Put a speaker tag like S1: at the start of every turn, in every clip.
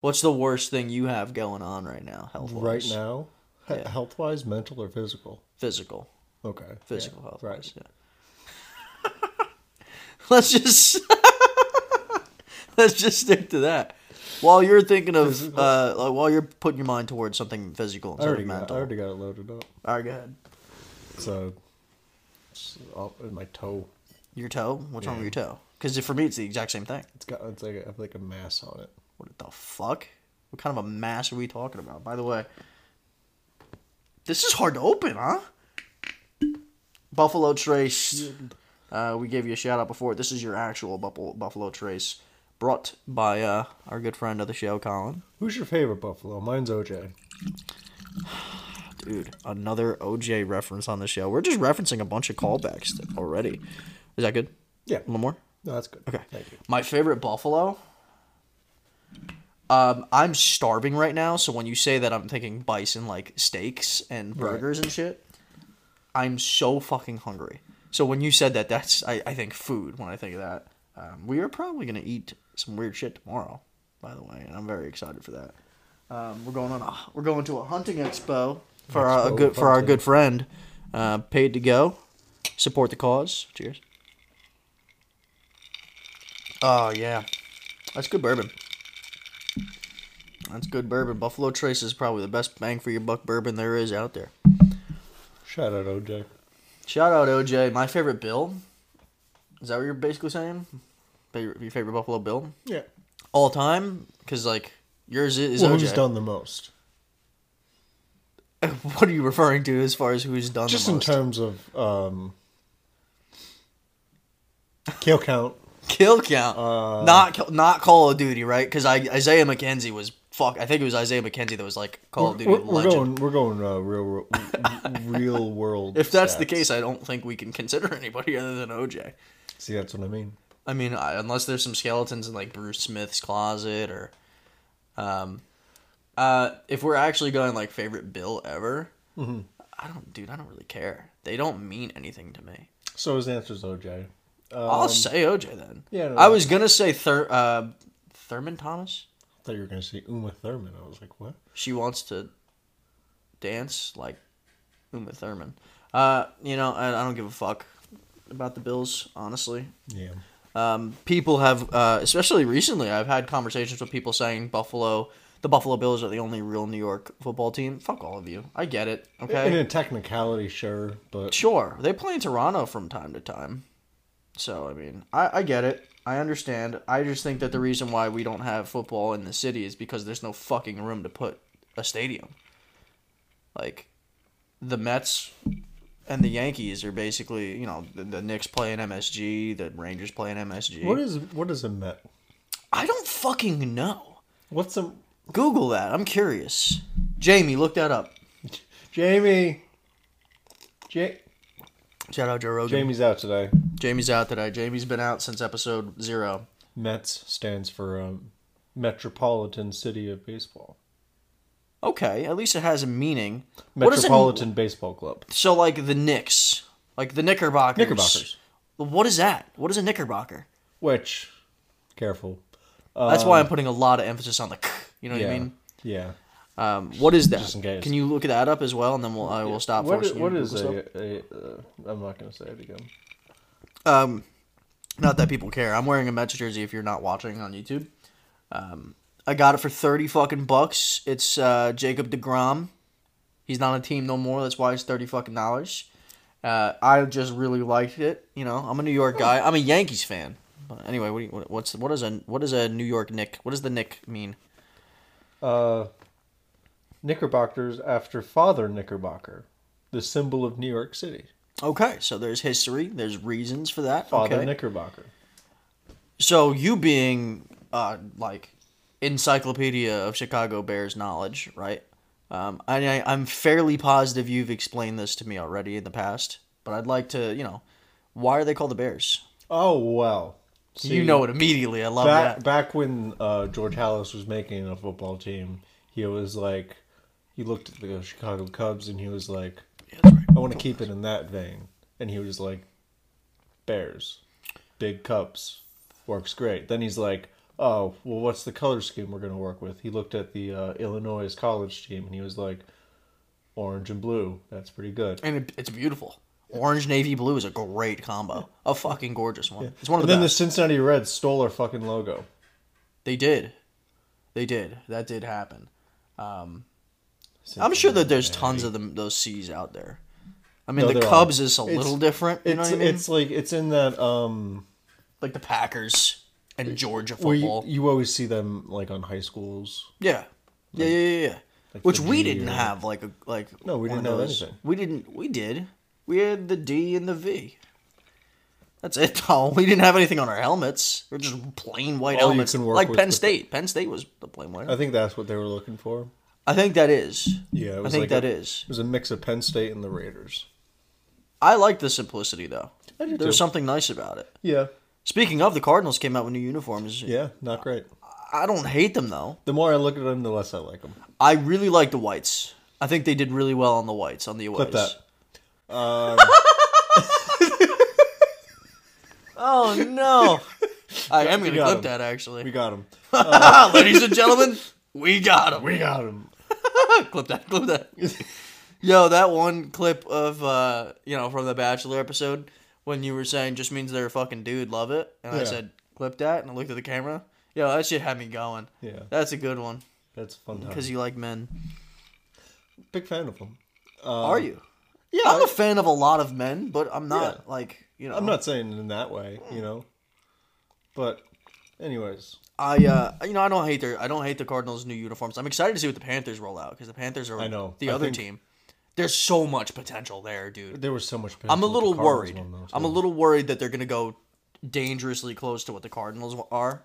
S1: What's the worst thing you have going on right now, health
S2: Right now,
S1: Yeah.
S2: health wise, mental or physical?
S1: Physical.
S2: Okay. yeah,
S1: Physical health.
S2: Right.
S1: Right. let's just let's just stick to that. While you're thinking of
S2: Physical.
S1: uh, like, while you're putting your mind towards something physical
S2: I
S1: instead
S2: already,
S1: of
S2: got, I
S1: mental.
S2: already got it loaded up.
S1: All right, go ahead.
S2: So, it's all in my toe.
S1: Your toe. What's wrong
S2: Yeah.
S1: with your toe? Because for me, it's the exact same thing.
S2: It's got it's like a, I have like a mass on it.
S1: What the fuck? What kind of a mass are we talking about? By the way, this is hard to open, huh? Buffalo Trace. Uh, we gave you a shout out before. This is your actual Buffalo, Buffalo Trace, brought by uh, our good friend of the show, Colin.
S2: Who's your favorite Buffalo? Mine's OJ.
S1: Dude, another OJ reference on the show. We're just referencing a bunch of callbacks already. Is that good?
S2: Yeah.
S1: One more.
S2: No, that's good.
S1: Okay.
S2: Thank you.
S1: My favorite buffalo. Um, I'm starving right now, so when you say that, I'm thinking bison, like steaks and
S2: Right.
S1: burgers and shit. I'm so fucking hungry. So when you said that, that's I, I think food. When I think of that, um, we are probably gonna eat some weird shit tomorrow. By the way, and I'm very excited for that. Um, we're going on. A, we're going to a hunting expo for our
S2: Expo
S1: good for our
S2: hunting.
S1: good friend, uh, paid to go. Support the cause. Cheers. Oh yeah, that's good bourbon. That's good bourbon. Buffalo Trace is probably the best bang for your buck bourbon there is out there.
S2: Shout out OJ.
S1: Shout out OJ. My favorite Bill. Is that what you're basically saying? Favorite, your favorite Buffalo Bill
S2: Yeah.
S1: all time? Because like yours is, is
S2: well,
S1: OJ.
S2: who's done the most?
S1: What are you referring to as far as who's done?
S2: Just
S1: the
S2: in
S1: most?
S2: terms of um, kill count.
S1: kill count.
S2: Uh,
S1: not Ca- not Call of Duty, right? Because I Isaiah McKenzie was fuck. I think it was Isaiah McKenzie that was like Call of
S2: We're-
S1: Duty
S2: we're, we're
S1: legend.
S2: going. We're going uh, real, wor- real world.
S1: if that's the
S2: stats.
S1: case, I don't think we can consider anybody other than OJ.
S2: see, that's what I mean.
S1: I mean, I, unless there's some skeletons in like Bruce Smith's closet or, um, uh, if we're actually going like favorite Bill ever,
S2: Mm-hmm.
S1: I don't, dude, I don't really care. They don't mean anything to me.
S2: So his answer's OJ.
S1: I'll say OJ then.
S2: Um, yeah, no,
S1: I
S2: no.
S1: was gonna say Thur, uh, Thurman Thomas.
S2: I thought you were gonna say Uma Thurman. I was like, what?
S1: she wants to dance like Uma Thurman. Uh, you know, I, I don't give a fuck about the Bills, honestly.
S2: Yeah.
S1: Um, people have, uh, especially recently, I've had conversations with people saying Buffalo, the Buffalo Bills are the only real New York football team. Fuck all of you. I get it.
S2: In
S1: Okay.
S2: a technicality, sure, but
S1: Sure. They play in Toronto from time to time. So, I mean, I, I get it. I understand. I just think that the reason why we don't have football in the city is because there's no fucking room to put a stadium. Like, the Mets and the Yankees are basically, you know, the, the Knicks play in MSG, the Rangers play in MSG.
S2: what is what is a Met?
S1: I don't fucking know.
S2: What's a
S1: Google that. I'm curious. Jamie, look that up.
S2: Jamie? Ja-
S1: Shout out Joe Rogan.
S2: Jamie's out today.
S1: Jamie's out today. Jamie's been out since episode zero.
S2: Mets stands for um, Metropolitan City of Baseball.
S1: Okay, at least it has a meaning. What does it-
S2: Metropolitan Baseball Club.
S1: so like the Knicks, like the Knickerbockers.
S2: Knickerbockers.
S1: What is that? What is a Knickerbocker?
S2: Which, careful.
S1: That's why I'm putting a lot of emphasis on the. K, you know what
S2: Um, yeah.
S1: I mean?
S2: Yeah.
S1: Um, what is that?
S2: Just in case.
S1: Can you look that up as well, and then we'll I will stop
S2: What is,
S1: forcing you
S2: what
S1: to
S2: is
S1: Google stuff?
S2: a, a, uh, I'm not gonna say it again.
S1: Um, not that people care. I'm wearing a Mets jersey. If you're not watching on YouTube, um, I got it for thirty fucking bucks. It's uh, Jacob Degrom. He's not on a team no more. That's why it's thirty fucking dollars. Uh, I just really liked it. You know, I'm a New York guy. I'm a Yankees fan. But anyway, what do you, what's what is a what is a New York Nick? What does the Nick mean?
S2: Uh, Knickerbockers after Father Knickerbocker, the symbol of New York City.
S1: Okay, so there's history. There's reasons for that.
S2: Father
S1: okay.
S2: Knickerbocker.
S1: So you being uh like encyclopedia of Chicago Bears knowledge, right? Um, I, I I'm fairly positive you've explained this to me already in the past, but I'd like to, you know, why are they called the Bears?
S2: Oh wow!
S1: you know it immediately. I love
S2: Back
S1: that.
S2: back when uh, George Hallis was making a football team, he was like, he looked at the Chicago Cubs and he was like, I want to keep it in that vein. And he was like, Bears, big Cubs, works great. Then he's like, oh, well, what's the color scheme we're going to work with? He looked at the uh, Illinois college team and he was like, orange and blue. That's pretty good.
S1: and it, it's beautiful. Orange navy blue is a great combo, a fucking gorgeous one. It's one of
S2: and
S1: the
S2: then
S1: best.
S2: the Cincinnati Reds stole our fucking logo.
S1: They did. They did. That did happen. I'm sure that there's tons of them those C's out there. I mean,
S2: No,
S1: the
S2: there are.
S1: Cubs is a
S2: It's-
S1: little different. You know
S2: It's
S1: what I mean?
S2: it's like it's in that um
S1: like the Packers and Georgia
S2: where you,
S1: football.
S2: you always see them like on high schools.
S1: yeah. Yeah, yeah, yeah, yeah.
S2: like
S1: Which
S2: the
S1: we
S2: G
S1: didn't
S2: or-
S1: have like a like.
S2: No, we
S1: one
S2: didn't
S1: of
S2: have
S1: those.
S2: anything.
S1: We didn't. We did. We had the D and the V. That's it, though. We didn't have anything on our helmets. We're just plain white
S2: All you
S1: helmets,
S2: can work
S1: like
S2: with
S1: Penn
S2: with-
S1: State. Penn State was the plain white.
S2: I think that's what they were looking for.
S1: I think that is.
S2: Yeah, it
S1: I
S2: was
S1: think
S2: like
S1: that
S2: a-
S1: is.
S2: It was a mix of Penn State and the Raiders.
S1: I like the simplicity though.
S2: I do,
S1: There's
S2: too.
S1: something nice about it.
S2: Yeah.
S1: Speaking of, the Cardinals came out with new uniforms.
S2: Yeah, not great.
S1: I don't hate them though.
S2: The more I look at them, the less I like them.
S1: I really like the whites. I think they did really well on the whites on the aways.
S2: Clip that.
S1: Oh no! I am gonna
S2: got
S1: clip
S2: 'em.
S1: that
S2: We
S1: actually, Ah,
S2: got them.
S1: ladies and gentlemen. We got him.
S2: We got them.
S1: clip that. Clip that. Yo, that one clip of uh, you know from the Bachelor episode when you were saying just means they're a fucking dude. Love it, and I
S2: Yeah.
S1: said clip that, and I looked at the camera. Yo, that shit had me going.
S2: Yeah, Um,
S1: That's a good one
S2: that's a fun. Time.
S1: because you like men.
S2: Big fan of them. uh,
S1: Are you? Yeah, I'm a fan of a lot of men, but I'm not like you know.
S2: I'm not saying in that way, you know. But, anyways,
S1: I uh, you know, I don't hate their I don't hate the Cardinals' new uniforms. I'm excited to see what the Panthers roll out because the Panthers are
S2: I know.
S1: the
S2: I
S1: other
S2: think-
S1: team. There's so much potential there, dude.
S2: there was so much.
S1: I'm a little worried. I'm a little worried that they're gonna go dangerously close to what the Cardinals are.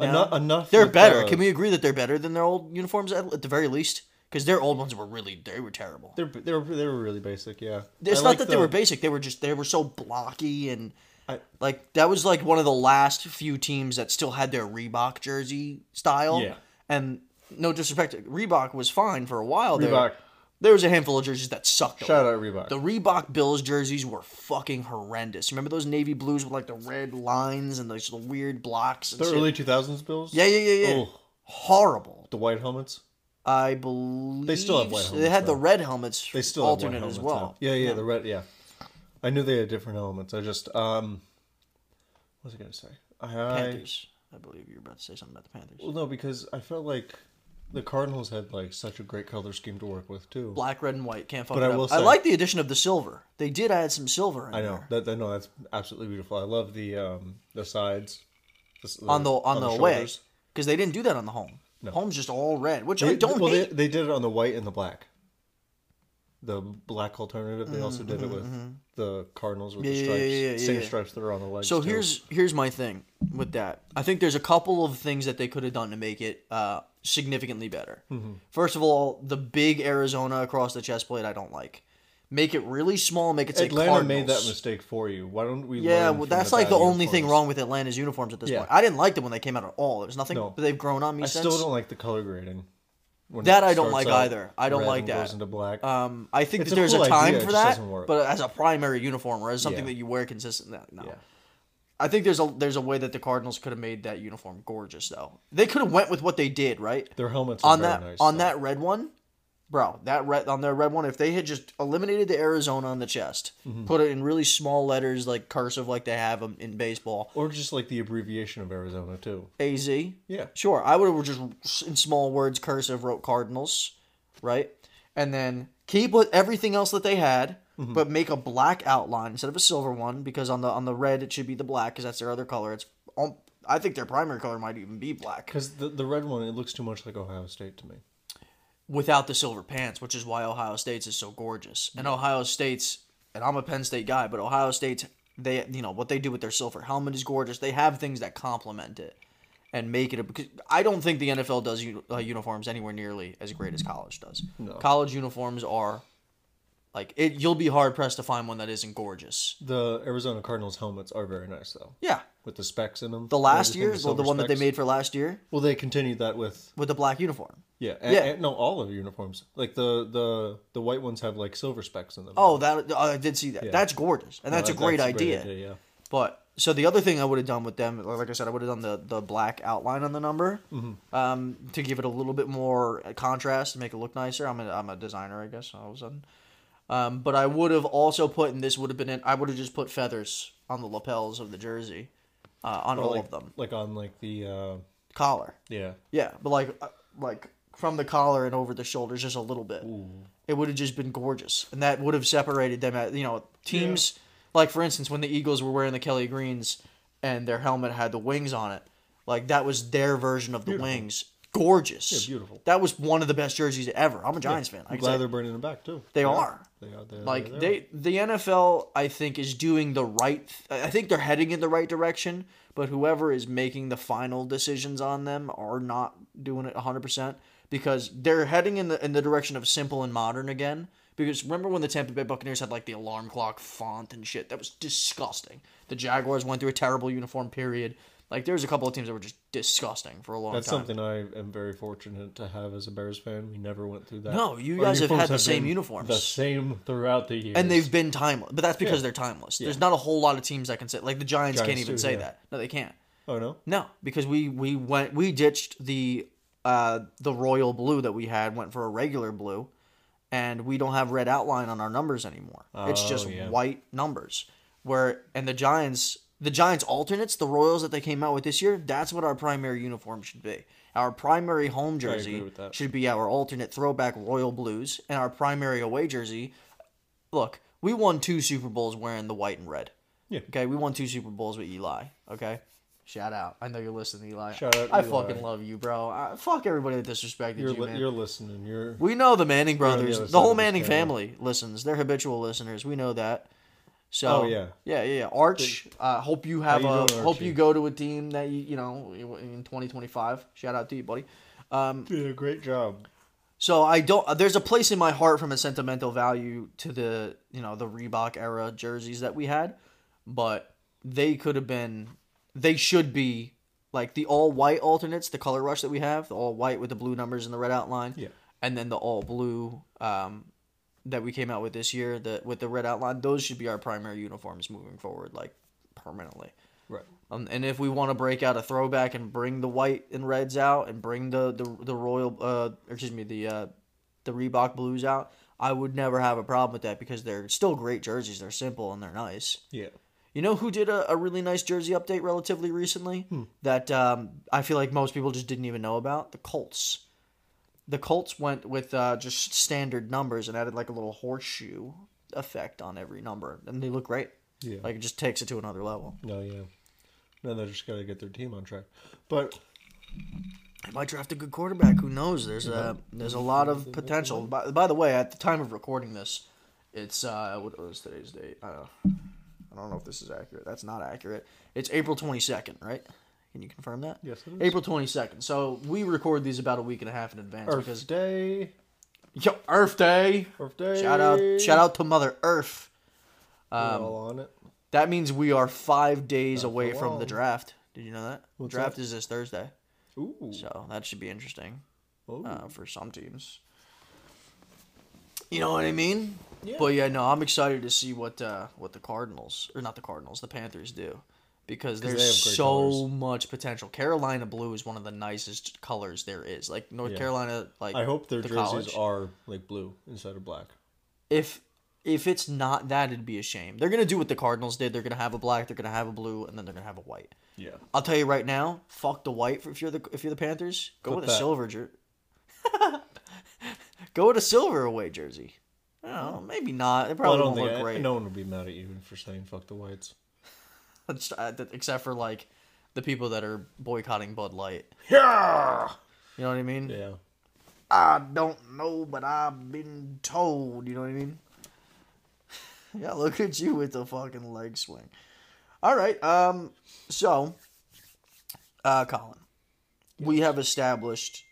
S2: enough. enough
S1: They're
S2: with,
S1: better.
S2: uh,
S1: Can we agree that they're better than their old uniforms at, at the very least? Because their old ones were really they were terrible.
S2: They're they were they were really basic. Yeah.
S1: It's
S2: I
S1: not
S2: like
S1: that
S2: the-
S1: they were basic. They were just they were so blocky and
S2: I-
S1: like that was like one of the last few teams that still had their Reebok jersey style.
S2: Yeah.
S1: And no disrespect, Reebok was fine for a while there.
S2: Reebok.
S1: There was a handful of jerseys that sucked. a
S2: Shout
S1: lot.
S2: out Reebok.
S1: The Reebok Bills jerseys were fucking horrendous. Remember those navy blues with like the red lines and those little weird blocks and
S2: The
S1: shit?
S2: early 2000s Bills.
S1: yeah, yeah, yeah, yeah.
S2: Oh,
S1: Horrible.
S2: the white helmets.
S1: I believe
S2: They still have white
S1: They had
S2: helmets,
S1: the
S2: though.
S1: red helmets.
S2: They still
S1: alternate
S2: have white
S1: as
S2: helmets
S1: well.
S2: now. Yeah, yeah, the red. Yeah, I knew they had different elements. I just um, what was I gonna say? I, I
S1: Panthers. I believe you were about to say something about the Panthers.
S2: well, no, because I felt like the Cardinals had like such a great color scheme to work with too.
S1: black, red, and white. Can't fuck
S2: But
S1: it
S2: I
S1: up.
S2: will
S1: I
S2: say-
S1: like the addition of the silver. They did add some silver in
S2: I know
S1: there.
S2: that. I know that's absolutely beautiful. I love the um the sides the s-
S1: on the on, the, way
S2: shoulders.
S1: because they didn't do that on the home. Home's just all red, which I
S2: They-
S1: don't
S2: well,
S1: hate.
S2: They, they did it on the white and the black. The black alternative. They also did it with the Cardinals with
S1: Mm-hmm, Yeah,
S2: the
S1: yeah,
S2: stripes,
S1: yeah, yeah,
S2: same
S1: yeah.
S2: stripes that are on the legs.
S1: so
S2: too.
S1: here's here's my thing with that. I think there's a couple of things that they could have done to make it uh, significantly better. First of all, the big Arizona across the chest plate I don't like. Make it really small. Make it say
S2: Atlanta
S1: Cardinals.
S2: made that mistake for you. Why don't we?
S1: Yeah,
S2: learn
S1: well,
S2: from
S1: that's
S2: the
S1: like the
S2: bad
S1: only thing
S2: uniforms?
S1: wrong with Atlanta's uniforms at this
S2: Yeah.
S1: point. I didn't like them when they came out at all. There's nothing,
S2: No.
S1: but they've grown on me
S2: I
S1: since.
S2: still don't like the color grading. when
S1: That
S2: it
S1: I don't
S2: starts
S1: like
S2: out
S1: either. I don't
S2: red
S1: like
S2: and
S1: that.
S2: Goes into black.
S1: Um, I think
S2: It's
S1: that
S2: a
S1: there's a
S2: cool
S1: time
S2: idea, it
S1: for
S2: just
S1: that,
S2: doesn't work.
S1: but as a primary uniform or as something
S2: Yeah.
S1: that you wear consistently, no.
S2: Yeah.
S1: I think there's a there's a way that the Cardinals could have made that uniform gorgeous though. They could have went with what they did, right?
S2: Their helmets are
S1: on
S2: very
S1: that
S2: nice,
S1: on
S2: though.
S1: that red one, bro. That red on their red one. If they had just eliminated the Arizona on the chest,
S2: Mm-hmm.
S1: put it in really small letters like cursive, like they have 'em in baseball,
S2: or just like the abbreviation of Arizona too.
S1: AZ.
S2: Yeah.
S1: Sure, I would have just in small words cursive wrote Cardinals, right? And then keep with everything else that they had, but make a black outline instead of a silver one because on the on the red it should be the black because that's their other color. It's um, I think their primary color might even be black
S2: Because the, the red one, it looks too much like Ohio State to me.
S1: without the silver pants, which is why Ohio State's is so gorgeous. And Ohio State's and I'm a Penn State guy, but Ohio State's they you know what they do with their silver helmet is gorgeous. They have things that complement it and make it a because I don't think the NFL does u- uh, uniforms anywhere nearly as great as college does. College uniforms are like it you'll be hard pressed to find one that isn't gorgeous.
S2: The Arizona Cardinals helmets are very nice though,
S1: Yeah.
S2: with the specks in them.
S1: The last year,
S2: year's
S1: the, the one that they made for last year
S2: Well, they continued that with
S1: with the black uniform.
S2: yeah, and,
S1: Yeah.
S2: and- no, all of the uniforms. Like the the the white ones have like silver specks in them.
S1: Oh, that I did see that. That's gorgeous, and that's a
S2: That-
S1: great
S2: that's
S1: idea.
S2: yeah.
S1: But so the other thing I would have done with them, like I said, I would have done the, the black outline on the number um, to give it a little bit more contrast, make it look nicer. I'm a, I'm a designer, I guess, all of a sudden. Um, but I would have also put, and this would have been it, I would have just put feathers on the lapels of the jersey, uh, on all
S2: Oh, like,
S1: of them.
S2: Like on like the uh,
S1: Collar.
S2: yeah.
S1: Yeah, but like uh, like from the collar and over the shoulders just a little bit. It would have just been gorgeous, and that would have separated them at you know teams. Like for instance, when the Eagles were wearing the Kelly greens and their helmet had the wings on it, like that was their version of the wings. Gorgeous,
S2: Yeah, beautiful.
S1: That was one of the best jerseys ever. I'm a Giants fan. I
S2: I'm
S1: can say
S2: glad they're bringing them back too.
S1: They
S2: Yeah.
S1: are.
S2: They are. They're,
S1: like
S2: they're-
S1: they the NFL I think is doing the right I think they're heading in the right direction but whoever is making the final decisions on them are not doing it 100% because they're heading in the in the direction of simple and modern again because remember when the Tampa Bay Buccaneers had like the alarm clock font and shit that was disgusting the Jaguars went through a terrible uniform period like there's a couple of teams that were just disgusting for a long
S2: That's
S1: time
S2: something I am very fortunate to have as a Bears fan. We never went through that.
S1: No, you
S2: Our
S1: guys have had the same
S2: been
S1: uniforms.
S2: The same throughout the years.
S1: and they've been timeless but that's because they're timeless there's not a whole lot of teams that can say like the Giants, can't
S2: Giants
S1: even
S2: too,
S1: say
S2: yeah.
S1: that no they can't
S2: Oh no.
S1: No, because we we went we ditched the uh the royal blue that we had went for a regular blue, and we don't have red outline on our numbers anymore. it's
S2: Oh,
S1: just
S2: yeah.
S1: white numbers. Where and the Giants the Giants alternates the Royals that they came out with this year that's what our primary uniform should be. Our primary home jersey
S2: with that.
S1: should be our alternate throwback royal blues, and our primary away jersey. Look, we won two Super Bowls wearing the white and red.
S2: Yeah.
S1: Okay, we won two Super Bowls with Eli. Okay, shout out. I know you're listening, Eli.
S2: Shout out,
S1: I
S2: Eli.
S1: fucking love you, bro. I, fuck everybody that disrespected
S2: You're
S1: you,
S2: li-
S1: man.
S2: you're listening. You're
S1: we know the Manning brothers.
S2: other
S1: The,
S2: side
S1: whole
S2: of this
S1: Manning
S2: channel.
S1: family listens. They're habitual listeners. We know that. So
S2: Oh, yeah.
S1: yeah, yeah. yeah. Arch, uh, hope you have
S2: you
S1: a
S2: doing,
S1: hope
S2: Archie?
S1: you go to a team that you you know in 2025. Shout out to you, buddy. Um,
S2: did a great job.
S1: so I don't. There's a place in my heart from a sentimental value to the you know the Reebok era jerseys that we had, but they could have been. They should be like the all white alternates, the color rush that we have, the all white with the blue numbers and the red outline.
S2: Yeah.
S1: And then the all blue um, that we came out with this year, the with the red outline. Those should be our primary uniforms moving forward, like permanently.
S2: Right.
S1: Um, and if we want to break out a throwback and bring the white and reds out and bring the the, the royal uh or excuse me the uh the Reebok blues out, I would never have a problem with that because they're still great jerseys. They're simple and they're nice.
S2: Yeah.
S1: You know who did a, a really nice jersey update relatively recently that um, I feel like most people just didn't even know about? The Colts. The Colts went with uh, just standard numbers and added like a little horseshoe effect on every number, and they look great.
S2: Yeah.
S1: Like it just takes it to another level.
S2: No. Yeah. No, they just got to get their team on track. But
S1: They might draft a good quarterback. Who knows? There's a there's a lot of potential. By, by the way, at the time of recording this, it's uh what was today's date? I don't, know. I don't know if this is accurate. That's not accurate. It's April 22nd, right? Can you confirm that?
S2: Yes, it is.
S1: April 22nd. So we record these about a week and a half in advance
S2: Earth
S1: because
S2: Day,
S1: yo Earth Day.
S2: Earth Day.
S1: Shout out Um, shout out to Mother Earth.
S2: We're all on it.
S1: That means we are five days away
S2: for
S1: from
S2: long.
S1: the draft. Did you know that?
S2: Uh, What's
S1: draft
S2: that?
S1: is this Thursday,
S2: Ooh. Oh.
S1: so that should be interesting
S2: Ooh.
S1: uh, for some teams. You know what I mean?
S2: Yeah.
S1: But yeah, no, I'm excited to see what uh, what the Cardinals or not the Cardinals, the Panthers do because
S2: they
S1: there's
S2: have great
S1: so
S2: colors.
S1: much potential. Carolina blue is one of the nicest colors there is. Like North
S2: Yeah.
S1: Carolina, like
S2: I hope their
S1: the
S2: jerseys
S1: college.
S2: are like blue instead of black.
S1: If if it's not that, it'd be a shame. They're gonna do what the Cardinals did. They're gonna have a black, they're gonna have a blue, and then they're gonna have a white.
S2: Yeah.
S1: I'll tell you right now, fuck the white for if you're the if you're the Panthers. Go
S2: Fuck
S1: with a
S2: that.
S1: silver jer- Go with a silver away jersey. I don't know, maybe not. It
S2: Well,
S1: probably
S2: I don't
S1: won't look
S2: think I,
S1: great.
S2: no one would be mad at you for saying "fuck the whites."
S1: It's- uh, th- Except for like the people that are boycotting Bud Light.
S2: Yeah.
S1: You know what I mean?
S2: Yeah.
S1: I don't know, but I've been told. You know what I mean? yeah, look at you with the fucking leg swing. All right. Um. So, uh, Colin, we have established.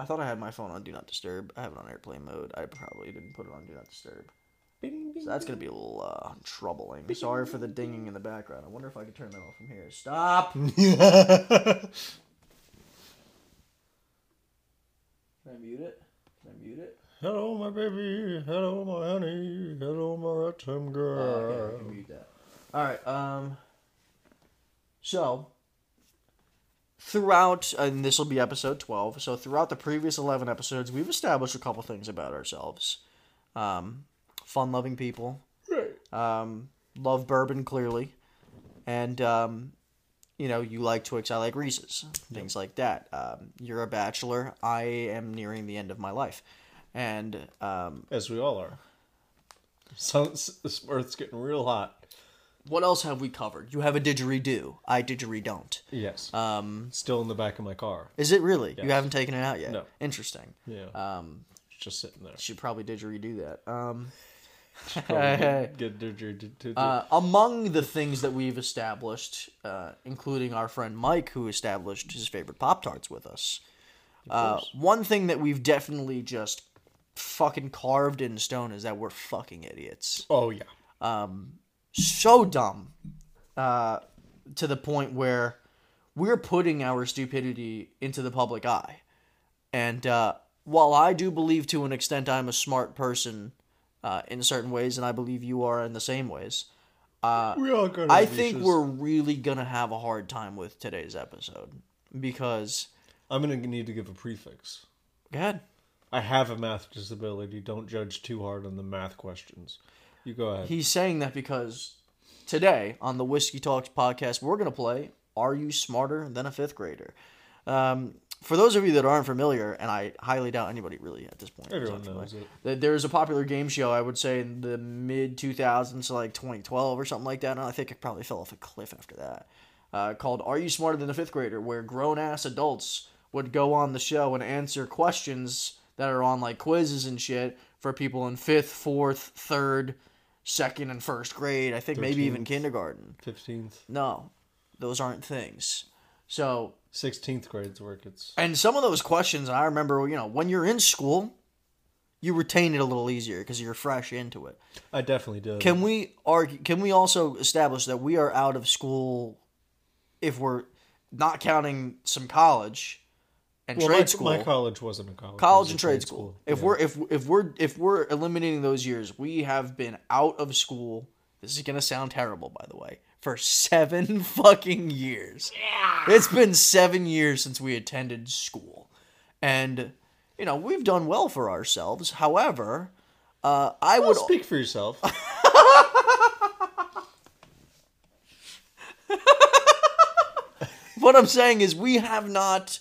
S1: I thought I had my phone on Do Not Disturb. I have it on airplane mode. I probably didn't put it on Do Not Disturb.
S2: Bing, bing.
S1: So that's gonna be a little uh, troubling. Sorry for the dinging in the background. I wonder if I could turn that off from here. Stop. Can I mute it? Can I mute it?
S2: Hello, my baby. Hello, my honey. Hello, my handsome
S1: Oh, okay, I
S2: girl.
S1: can mute that. All right. Um. So throughout, and this will be episode twelve. So throughout the previous eleven episodes, we've established a couple things about ourselves. Um, fun-loving people.
S2: Right.
S1: Um, love bourbon clearly, and um, you know you like Twix, I like Reese's, things like that. Um, you're a bachelor. I am nearing the end of my life, and um,
S2: As we all are. Sun, s- this Earth's getting real hot.
S1: what else have we covered? You have a didgeridoo. I didgeridon't.
S2: Yes. Um. Still in the back of my car.
S1: Is it really? You
S2: Yes.
S1: haven't taken it out yet.
S2: No.
S1: Interesting.
S2: Yeah.
S1: Um,
S2: It's just sitting there.
S1: should probably didgeridoo that. Um,
S2: Probably get- get dir- dir- dir- dir-
S1: uh, among the things that we've established, uh, including our friend Mike, who established his favorite Pop Tarts with us, uh,
S2: course.
S1: one thing that we've definitely just fucking carved in stone is that we're fucking idiots.
S2: oh yeah.
S1: So dumb uh, to the point where we're putting our stupidity into the public eye. And uh, while I do believe to an extent I'm a smart person uh, in certain ways, and I believe you are in the same ways.
S2: we all got.
S1: I
S2: our
S1: think
S2: niches.
S1: we're really gonna have a hard time with today's episode because
S2: I'm gonna need to give a prefix.
S1: go ahead.
S2: I have a math disability. Don't judge too hard on the math questions. You go ahead.
S1: He's saying that because today on the Whiskey Talks podcast, we're gonna play "Are You Smarter Than a Fifth Grader?" Um, for those of you that aren't familiar, and I highly doubt anybody really at this point. is
S2: Everyone
S1: unfamiliar,
S2: knows it.
S1: that There was a popular game show I would say in the mid 2000s, so like 2012 or something like that, and I think it probably fell off a cliff after that. Uh, called "Are You Smarter Than a Fifth Grader?" where grown ass adults would go on the show and answer questions that are on like quizzes and shit for people in fifth, fourth, third, second, and first grade. I think maybe even kindergarten.
S2: Fifteenth,
S1: No, those aren't things. So
S2: sixteenth grades work. It's
S1: and some of those questions, I remember, you know, when you're in school, you retain it a little easier because you're fresh into it.
S2: I definitely did.
S1: Can we argue? Can we also establish that we are out of school if we're not counting some college and
S2: well,
S1: trade
S2: my,
S1: school?
S2: my college wasn't a college.
S1: college
S2: it was
S1: and
S2: a
S1: trade school. If we're if if we're if we're eliminating those years, we have been out of school. This is gonna sound terrible, by the way. For seven fucking years, it's been seven years since we attended school, and you know we've done well for ourselves. However, uh, I
S2: Well,
S1: would
S2: speak for yourself.
S1: what I'm saying is we have not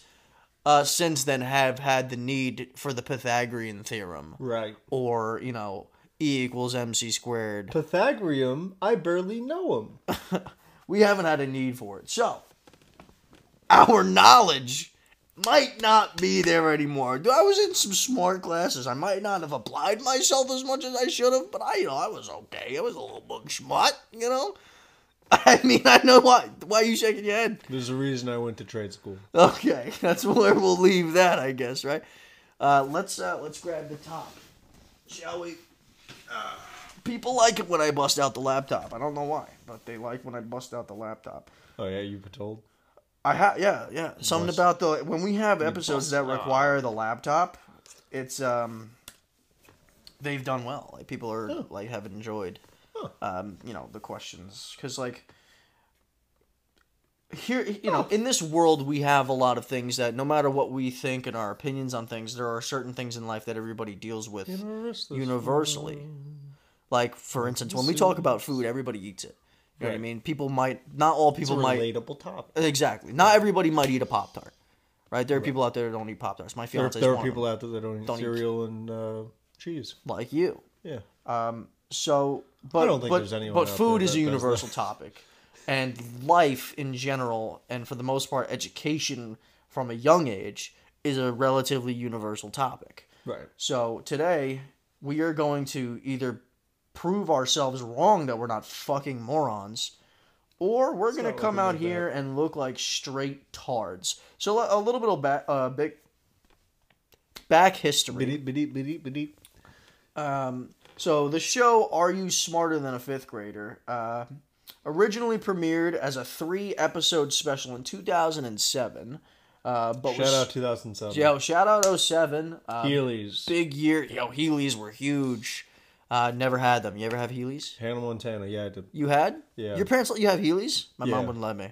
S1: uh, since then have had the need for the Pythagorean theorem
S2: right.
S1: or you know E equals mc squared.
S2: Pythagorean. I barely know him.
S1: we haven't had a need for it. So, our knowledge might not be there anymore. Dude, I was in some smart classes. I might not have applied myself as much as I should have, but I, you know, I was okay. I was a little book schmutt, you know. I mean, I know why. Why are you shaking your head?
S2: There's a reason I went to trade school.
S1: Okay, that's where we'll leave that, I guess. Right? Uh, let's uh, let's grab the top, shall we? Uh, people like it when I bust out the laptop. I don't know why, but they like when I bust out the laptop.
S2: Oh yeah, you were told.
S1: I have, yeah, yeah. Something
S2: Must-
S1: about the when we have episodes that require the laptop, it's um, they've done well. Like people are like have enjoyed,
S2: Huh.
S1: um, you know, the questions because like here, you know, in this world we have a lot of things that no matter what we think and our opinions on things, there are certain things in life that everybody deals with universally. Like for instance, when we talk about food, everybody eats it. You know what I
S2: Right.
S1: mean? People might not all
S2: It's a
S1: people might
S2: relatable topic.
S1: Exactly. Not everybody might eat a pop tart, right? There are people out there that don't eat pop tarts. My
S2: There,
S1: fiance
S2: there are people out there that don't eat
S1: Don't eat-
S2: cereal and uh, cheese.
S1: like you.
S2: Yeah.
S1: So, but
S2: don't think
S1: but,
S2: there's anyone
S1: but
S2: out
S1: food
S2: there
S1: is a
S2: that does
S1: universal topic, and life in general, and for the most part, education from a young age is a relatively universal topic.
S2: Right.
S1: So today we are going to either prove ourselves wrong that we're not fucking morons, or we're gonna
S2: not
S1: come
S2: looking
S1: out
S2: like
S1: here and look like straight tards. So a a little bit of back, uh, big back history.
S2: Biddy, biddy, biddy, biddy.
S1: So the show "Are You Smarter Than a Fifth Grader" uh, originally premiered as a three-episode special in 2007. Uh, but
S2: Shout
S1: was,
S2: out 2007.
S1: yo, shout out 07. Uh,
S2: Heelys.
S1: big year. Yo, Heelys were huge. Uh, never had them. You ever have Heelys?
S2: Hannah Montana. Yeah, I, did.
S1: You had?
S2: Yeah.
S1: Your parents let you have Heelys? My mom
S2: Yeah.
S1: wouldn't let me.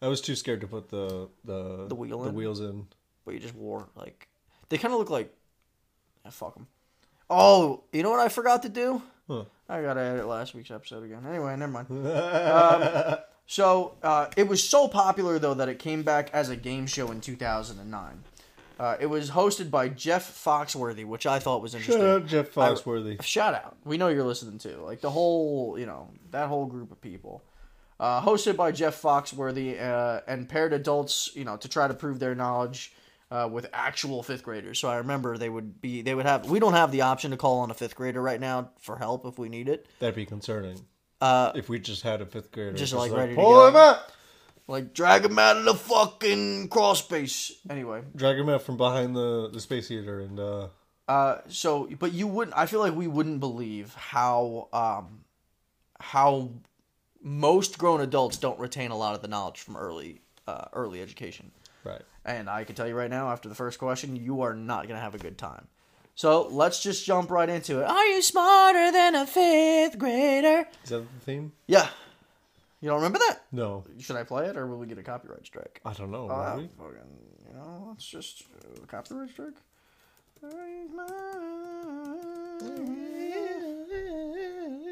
S2: I was too scared to put the the
S1: The wheel in?
S2: wheels in.
S1: But you just wore like they kind of look like. Ah, fuck them. Oh, you know what I forgot to do?
S2: Huh.
S1: I gotta edit last week's episode again. Anyway, never mind. Um, so uh, it was so popular though that it came back as a game show in 2009. Uh, it was hosted by Jeff Foxworthy, which I thought was interesting.
S2: Shout out Jeff Foxworthy.
S1: Shout out. We know you're listening too. Like the whole, you know, that whole group of people. Uh, hosted by Jeff Foxworthy uh, and paired adults, you know, to try to prove their knowledge uh, with actual fifth graders. So I remember they would be, they would have, we don't have the option to call on a fifth grader right now for help if we need it.
S2: That'd be concerning.
S1: Uh,
S2: if we just had a fifth grader,
S1: just, like, ready to
S2: pull
S1: go.
S2: him up,
S1: Like, drag him out of the fucking crawl space. Anyway,
S2: drag him out from behind the the space heater, and uh,
S1: Uh, so, but you wouldn't. I feel like we wouldn't believe how um, how most grown adults don't retain a lot of the knowledge from early uh, early education.
S2: right.
S1: And I can tell you right now, after the first question, you are not gonna have a good time. So let's just jump right into it. Are you smarter than a fifth grader?
S2: Is that the theme?
S1: Yeah. You don't remember that?
S2: No,
S1: Should I play it, or will we get a copyright strike?
S2: I don't know.
S1: Oh,
S2: will we?
S1: fucking, you know, let's just uh, copyright strike.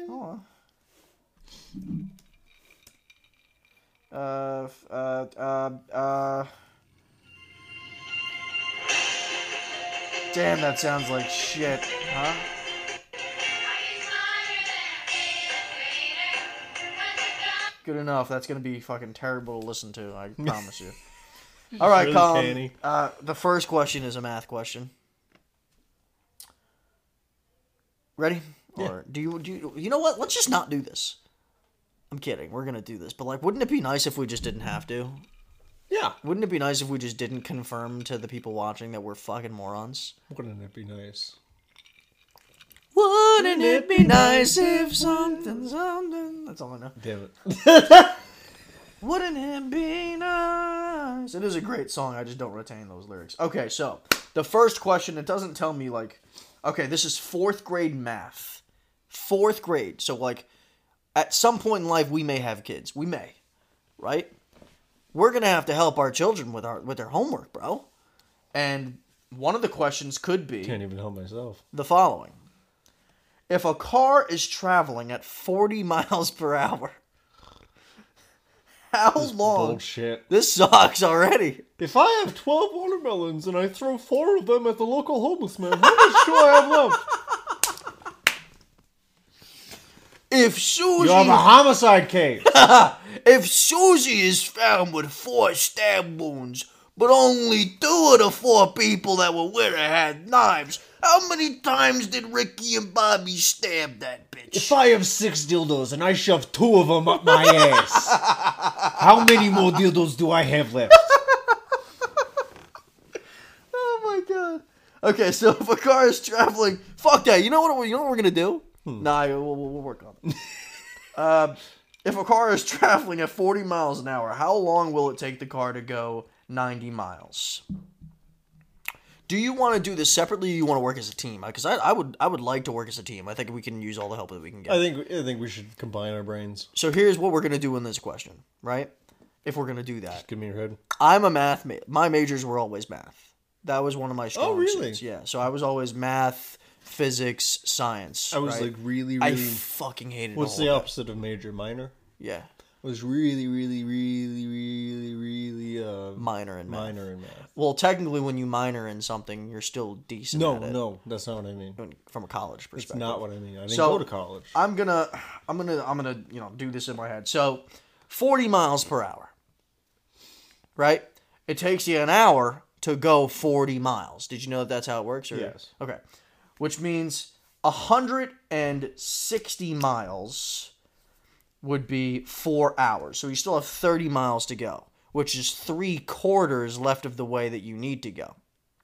S1: Hold on. Uh, f- uh, uh, uh. Damn, that sounds like shit, huh? Good enough. That's gonna be fucking terrible to listen to. I promise you. All right,
S2: Really
S1: Colin.
S2: canny.
S1: Uh, the first question is a math question. Ready?
S2: Yeah.
S1: Or do you do you, you know what? Let's just not do this. I'm kidding. We're gonna do this, but like, wouldn't it be nice if we just didn't have to?
S2: Yeah.
S1: Wouldn't it be nice if we just didn't confirm to the people watching that we're fucking morons?
S2: Wouldn't it be nice?
S1: Wouldn't it be nice if something, something? That's all I know.
S2: Damn it.
S1: Wouldn't it be nice? It is a great song. I just don't retain those lyrics. Okay, so the first question, it doesn't tell me, like, okay, this is fourth grade math. Fourth grade. So, like, at some point in life, we may have kids. We may, right? We're going to have to help our children with, our, with their homework, bro. And one of the questions could be
S2: Can't even help myself.
S1: the following If a car is traveling at 40 miles per hour, how long?
S2: Bullshit.
S1: This sucks already.
S2: If I have 12 watermelons and I throw four of them at the local homeless man, how much do I have left?
S1: If Susie,
S2: homicide case.
S1: if Susie is found with four stab wounds, but only two of the four people that were with her had knives, how many times did Ricky and Bobby stab that bitch?
S2: I have six dildos and I shove two of them up my ass, how many more dildos do I have left?
S1: Oh my god. Okay, so if a car is traveling, fuck that. You know what? we- You know what we're gonna do?
S2: Hmm.
S1: Nah, we'll, we'll, we'll work on it. um, if a car is traveling at 40 miles an hour, how long will it take the car to go 90 miles? Do you want to do this separately? Or you want to work as a team? Because I, I would, I would like to work as a team. I think we can use all the help that we can get.
S2: I think I think we should combine our brains.
S1: so here's what we're gonna do in this question, right? If we're gonna do that,
S2: Give me your head.
S1: I'm a math. Ma- my majors were always math. That was one of my strong
S2: Oh, really?
S1: suits, Yeah. So I was always math, physics, science.
S2: I was
S1: right?
S2: like really,
S1: I Oh,
S2: really.
S1: fucking hated.
S2: what's
S1: all
S2: the
S1: of
S2: opposite of major minor?
S1: it. Yeah,
S2: I was really, really, really, really, really uh,
S1: minor in math.
S2: minor in math.
S1: Well, technically, when you minor in something, you're still decent.
S2: No,
S1: at it,
S2: no, that's not what I mean.
S1: when- From a college perspective.
S2: Not what I mean. I didn't
S1: So-
S2: go to college.
S1: I'm gonna, I'm gonna, I'm gonna, you know, do this in my head. So, 40 miles per hour. Right. It takes you an hour to go 40 miles. Did you know that that's how it works? Or?
S2: Yes.
S1: Okay. Which means 160 miles would be four hours. So you still have 30 miles to go, which is three quarters left of the way that you need to go.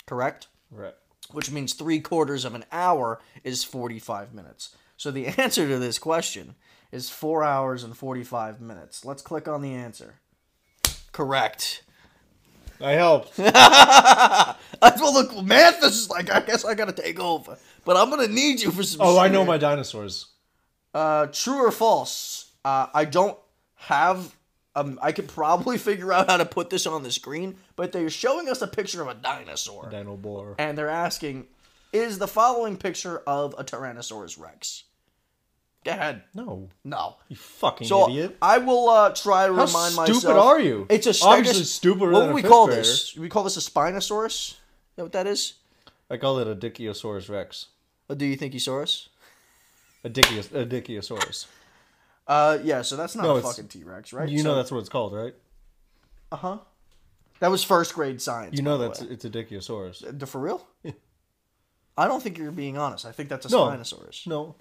S1: Correct
S2: Right.
S1: which means three quarters of an hour is 45 minutes. So the answer to this question is four hours and 45 minutes. Let's click on the answer. Correct.
S2: I helped.
S1: That's what well, look, Mathis is like, I guess I gotta take over, but I'm gonna need you for some.
S2: Oh, I know
S1: shit."
S2: my dinosaurs.
S1: Uh, true or false? Uh, I don't have. Um, I could probably figure out how to put this on the screen, but they're showing us a picture of a dinosaur,
S2: Dino boar.
S1: and they're asking, "Is the following picture of a Tyrannosaurus Rex?" Go ahead.
S2: No,
S1: No.
S2: you fucking
S1: So
S2: idiot.
S1: I will uh, try to
S2: How
S1: remind
S2: stupid
S1: myself.
S2: are you?
S1: It's a
S2: obviously
S1: spinos-
S2: stupider
S1: What
S2: than
S1: do
S2: a
S1: we
S2: fifth
S1: call
S2: grader.
S1: this? We call this a spinosaurus. Is that what that is?
S2: I call it a Dictyosaurus Rex.
S1: Or do you think you saw us?
S2: A, Dictyos- a Dictyosaurus.
S1: Uh, yeah. So that's not
S2: No,
S1: a
S2: it's-
S1: fucking T Rex, right?
S2: You know that's what it's called, right?
S1: Uh huh. That was first grade science.
S2: You
S1: by
S2: know
S1: the
S2: that's
S1: way.
S2: it's a Dictyosaurus.
S1: D- for real. I don't think you're being honest. I think that's a
S2: No.
S1: spinosaurus.
S2: No,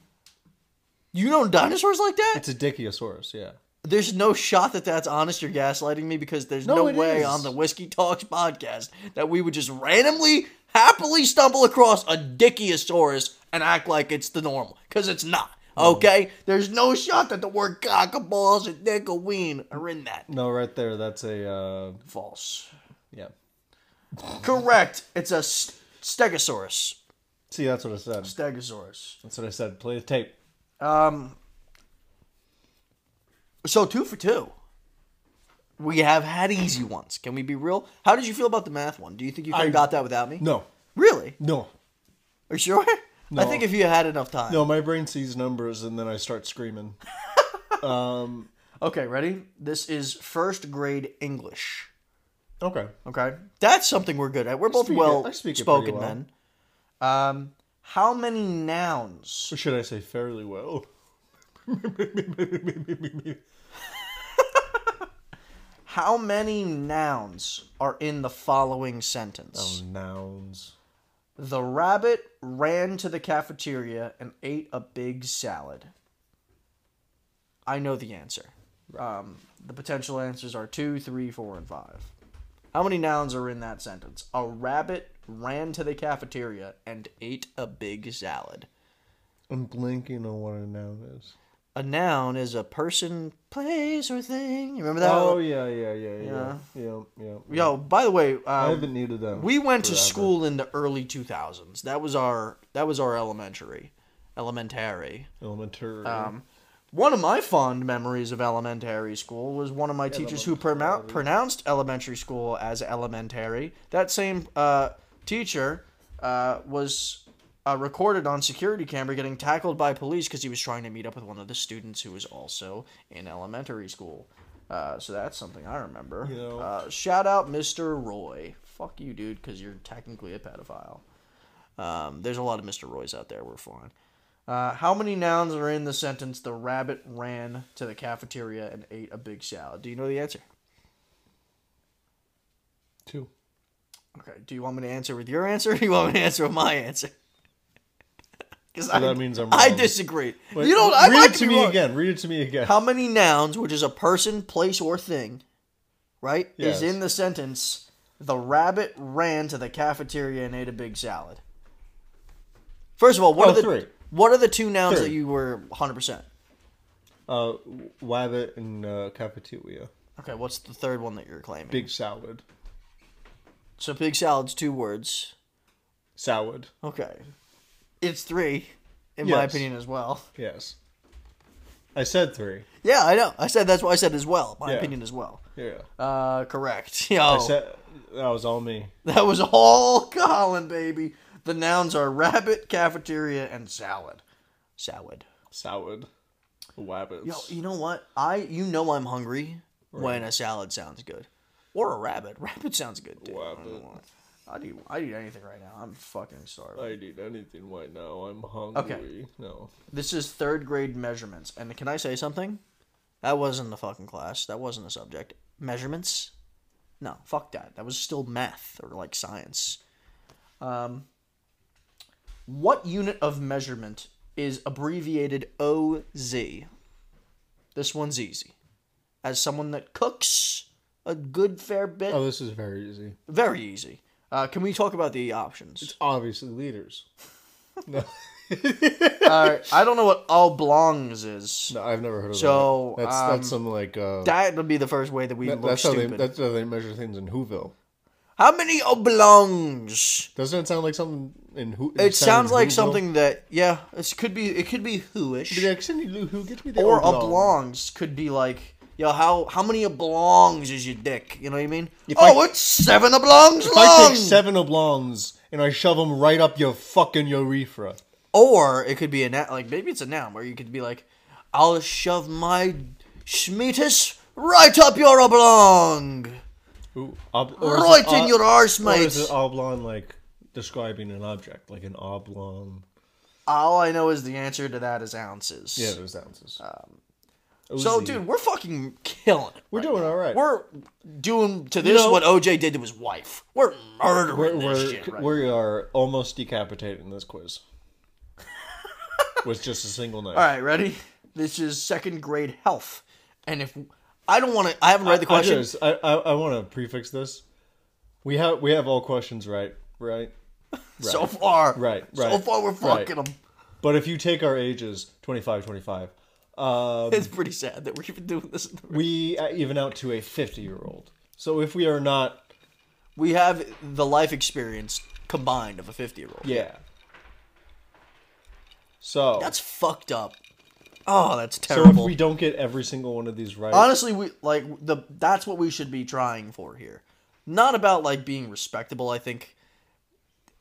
S1: You know dinosaurs like that?
S2: it's a Dictyosaurus. Yeah.
S1: There's no shot that that's honest. You're gaslighting me because there's no,
S2: No, it
S1: way
S2: is.
S1: on the Whiskey Talks podcast that we would just randomly, happily stumble across a Dickiosaurus and act like it's the normal because it's not. Okay, there's no shot that the word cockaballs and dickaween are in that.
S2: No, right there. That's a uh,
S1: False.
S2: yeah.
S1: Correct. It's a s- stegosaurus.
S2: See, that's what I said.
S1: Stegosaurus.
S2: That's what I said. Play the tape.
S1: Um. So two for two. We have had easy ones. Can we be real? How did you feel about the math one? Do you think you could
S2: I-
S1: have got that without me?
S2: No,
S1: Really?
S2: no,
S1: Are you sure? I
S2: No.
S1: think if you had enough time.
S2: no. My brain sees numbers and then I start screaming.
S1: Okay, ready? This is first grade English.
S2: Okay.
S1: Okay, that's something we're good at. We're both
S2: speak it-
S1: well
S2: I speak it pretty
S1: spoken
S2: well.
S1: men. Um, how many nouns?
S2: Or should I say fairly well?
S1: How many nouns are in the following sentence?
S2: Oh, Nouns.
S1: The rabbit ran to the cafeteria and ate a big salad. I know the answer. Um, the potential answers are two, three, four, and five. How many nouns are in that sentence? A rabbit ran to the cafeteria and ate a big salad.
S2: I'm blinking on what a noun is.
S1: A noun is a person, place, or thing. You remember that?
S2: oh
S1: one?
S2: yeah, yeah, yeah, yeah, yeah, yeah.
S1: Yo, by the way,
S2: I
S1: um,
S2: haven't needed them.
S1: we went to
S2: forever.
S1: school in the early 2000s. That was our that was our elementary, elementary.
S2: elementary.
S1: Um, one of my fond memories of elementary school was one of my teachers who pronoun pronounced elementary school as elementary. That same uh, teacher uh, was uh, recorded on security camera getting tackled by police because he was trying to meet up with one of the students who was also in elementary school. Uh, so that's something I remember.
S2: You know-
S1: Uh, shout out Mr. Roy. Fuck you, dude, because you're technically a pedophile. Um, there's a lot of Mr. Roys out there. We're fine. Uh, how many nouns are in the sentence "the rabbit ran to the cafeteria and ate a big salad"? Do you know the answer?
S2: two.
S1: Okay. Do you want me to answer with your answer? Or do you want me to answer with my answer? Because I
S2: that means I'm
S1: I
S2: wrong.
S1: disagree.
S2: Wait,
S1: you don't. I
S2: read
S1: might
S2: it to
S1: be
S2: me
S1: wrong.
S2: again. Read it to me again.
S1: How many nouns, which is a person, place, or thing, right,
S2: Yes.
S1: is in the sentence "the rabbit ran to the cafeteria and ate a big salad"? First of all, what
S2: Oh,
S1: are the
S2: three.
S1: what are the two nouns
S2: Three.
S1: that you were 100? percent
S2: Uh, wabbit and uh, cafeteria.
S1: Okay, what's the third one that you're claiming?
S2: Big salad.
S1: So pig salad's two words.
S2: Salad.
S1: Okay. It's three, in my
S2: Yes.
S1: opinion as well.
S2: Yes. I said three.
S1: Yeah, I know. I said that's what I said as well. My
S2: Yeah.
S1: opinion as well.
S2: Yeah.
S1: Uh, correct. Yo,
S2: I said that was all me.
S1: that was all Colin, baby. The nouns are rabbit, cafeteria, and salad. Salad.
S2: Salad. Wabbits.
S1: Yo, e- you know what? I you know I'm hungry when a salad sounds good, or a rabbit. Rabbit sounds good too. I don't
S2: Rabbit.
S1: know. I'd eat, I'd eat anything right now. I'm fucking starving.
S2: I need anything right now. I'm hungry. No.
S1: This is third grade measurements. And can I say something? That wasn't the fucking class. That wasn't a subject. Measurements? No, fuck that. That was still math or like science. Um, what unit of measurement is abbreviated OZ? This one's easy. As someone that cooks a good fair bit,
S2: Oh, this is very easy.
S1: very easy. Uh, can we talk about the options?
S2: Obviously, leaders. No,
S1: uh, I don't know what oblongs is.
S2: no I've never heard of
S1: So, um,
S2: that. That's that's some like uh,
S1: That would be the first way that we
S2: that-
S1: look
S2: that's how they
S1: stupid.
S2: that's how they measure things in Whoville.
S1: How many oblongs?
S2: Doesn't it sound like something in who? in
S1: It sounds
S2: Whoville?
S1: like something that yeah, it could be it could be whoish.
S2: Yeah, Cindy Lou Who gets me the
S1: or
S2: oblong.
S1: oblongs could be like, yo, how how many oblongs is your dick? You know what I mean?
S2: If
S1: oh,
S2: I-
S1: it's seven oblongs
S2: If
S1: long.
S2: I take seven oblongs and I shove them right up your fucking urethra,
S1: Or it could be a noun. Like maybe it's a noun where you could be like, I'll shove my schmeatus right up your oblong,
S2: Ooh, ob- or is it
S1: right in
S2: ob-
S1: your arse,
S2: Or
S1: mate.
S2: is it oblong like describing an object, like an oblong?
S1: All I know is the answer to that is ounces.
S2: Yeah, those ounces. Um,
S1: So, dude, we're fucking killing it.
S2: we're
S1: right
S2: doing all right.
S1: We're doing to this
S2: know-
S1: what OJ did to his wife. We're murdering
S2: we're,
S1: this
S2: we're,
S1: shit. Right now.
S2: we are almost decapitating this quiz with just a single knife.
S1: All right, ready? This is second grade health, and if I don't want to, I haven't read the
S2: I,
S1: question.
S2: just- I, I, I want to prefix this. We have we have all questions right, right?
S1: So far,
S2: Right,
S1: So
S2: right,
S1: far, we're
S2: right.
S1: fucking them.
S2: But if you take our ages, 25, 25, um,
S1: It's pretty sad that we're even doing this. in the-
S2: we uh, even out to a 50 year old. So if we are not,
S1: We have the life experience combined of a fifty-year-old.
S2: yeah. So,
S1: That's fucked up. Oh, that's
S2: so if
S1: terrible.
S2: we don't get every single one of these right,
S1: Honestly, we like the that's what we should be trying for here. Not about like being respectable. I think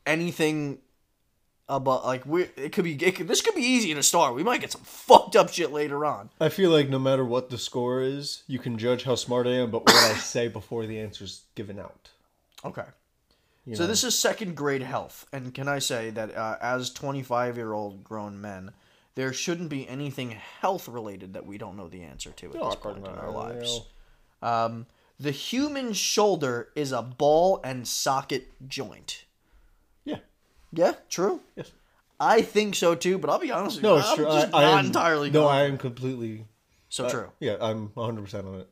S1: anything about like we it could be it could, this could be easy in a star. We might get some fucked up shit later on.
S2: I feel like no matter what the score is, you can judge how smart I am, but what I say before the answer's given out.
S1: Okay. So this is second grade health, and can I say that uh, as twenty-five-year-old grown men, there shouldn't be anything health-related that we don't know the answer to at this point in our lives. Um, The human shoulder is a ball and socket joint.
S2: Yeah.
S1: Yeah, true.
S2: Yes.
S1: I think so too, but I'll be honest with you.
S2: No,
S1: I'm
S2: sure.
S1: just
S2: I, I
S1: not
S2: am,
S1: entirely
S2: No,
S1: gone.
S2: I am completely.
S1: so true.
S2: Yeah, I'm 100 percent on it.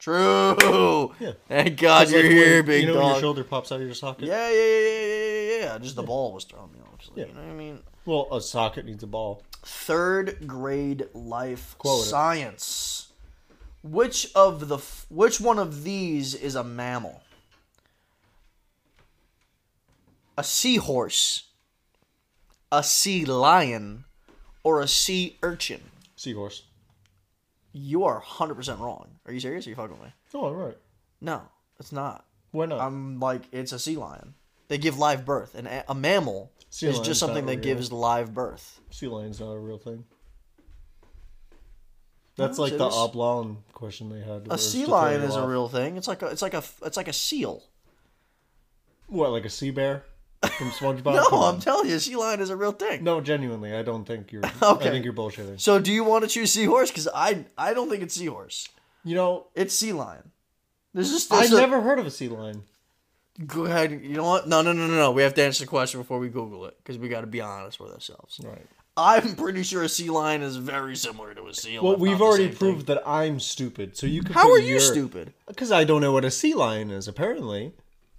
S1: True. Thank God you're here,
S2: Like,
S1: big
S2: you know when your
S1: dog.
S2: shoulder pops out of your socket.
S1: yeah, yeah, yeah, yeah, yeah, yeah, yeah. Just the ball was thrown me off. Just like, You know what I mean?
S2: Well, a socket needs a ball.
S1: Third grade life
S2: Quote it.
S1: science. Which of the f- which one of these is a mammal? A seahorse, a sea lion, or a sea urchin?
S2: Seahorse.
S1: You are 100% wrong. Are you serious? Are you fucking with me?
S2: Oh, all right.
S1: No, it's not.
S2: Why not?
S1: I'm like, it's a sea lion. They give live birth. And a, a mammal
S2: Sea
S1: is
S2: lion's
S1: just something
S2: not
S1: that
S2: real.
S1: gives live birth.
S2: sea lion's not a real thing. That's
S1: No,
S2: like
S1: it
S2: the
S1: is.
S2: oblong question they had.
S1: A sea lion is a real thing. It's like a, it's like a, it's like a seal.
S2: What, like a sea bear from SpongeBob?
S1: No,
S2: Come on.
S1: I'm telling you, sea lion is a real thing.
S2: No, genuinely, I don't think you're. I
S1: Okay.
S2: think you're bullshitting.
S1: So do you want to choose seahorse? Because I, I don't think it's seahorse.
S2: You know,
S1: It's sea lion. This is
S2: I've
S1: this is-
S2: never heard of a sea lion.
S1: Go ahead. You know what? No, no, no, no, no. We have to answer the question before we Google it because we got to be honest with ourselves.
S2: Right.
S1: I'm pretty sure a sea lion is very similar to a seal.
S2: Well,
S1: if not
S2: we've
S1: the
S2: already
S1: same thing.
S2: proved that I'm stupid, so you can.
S1: How
S2: put
S1: are you
S2: your-
S1: stupid?
S2: Because I don't know what a sea lion is. Apparently,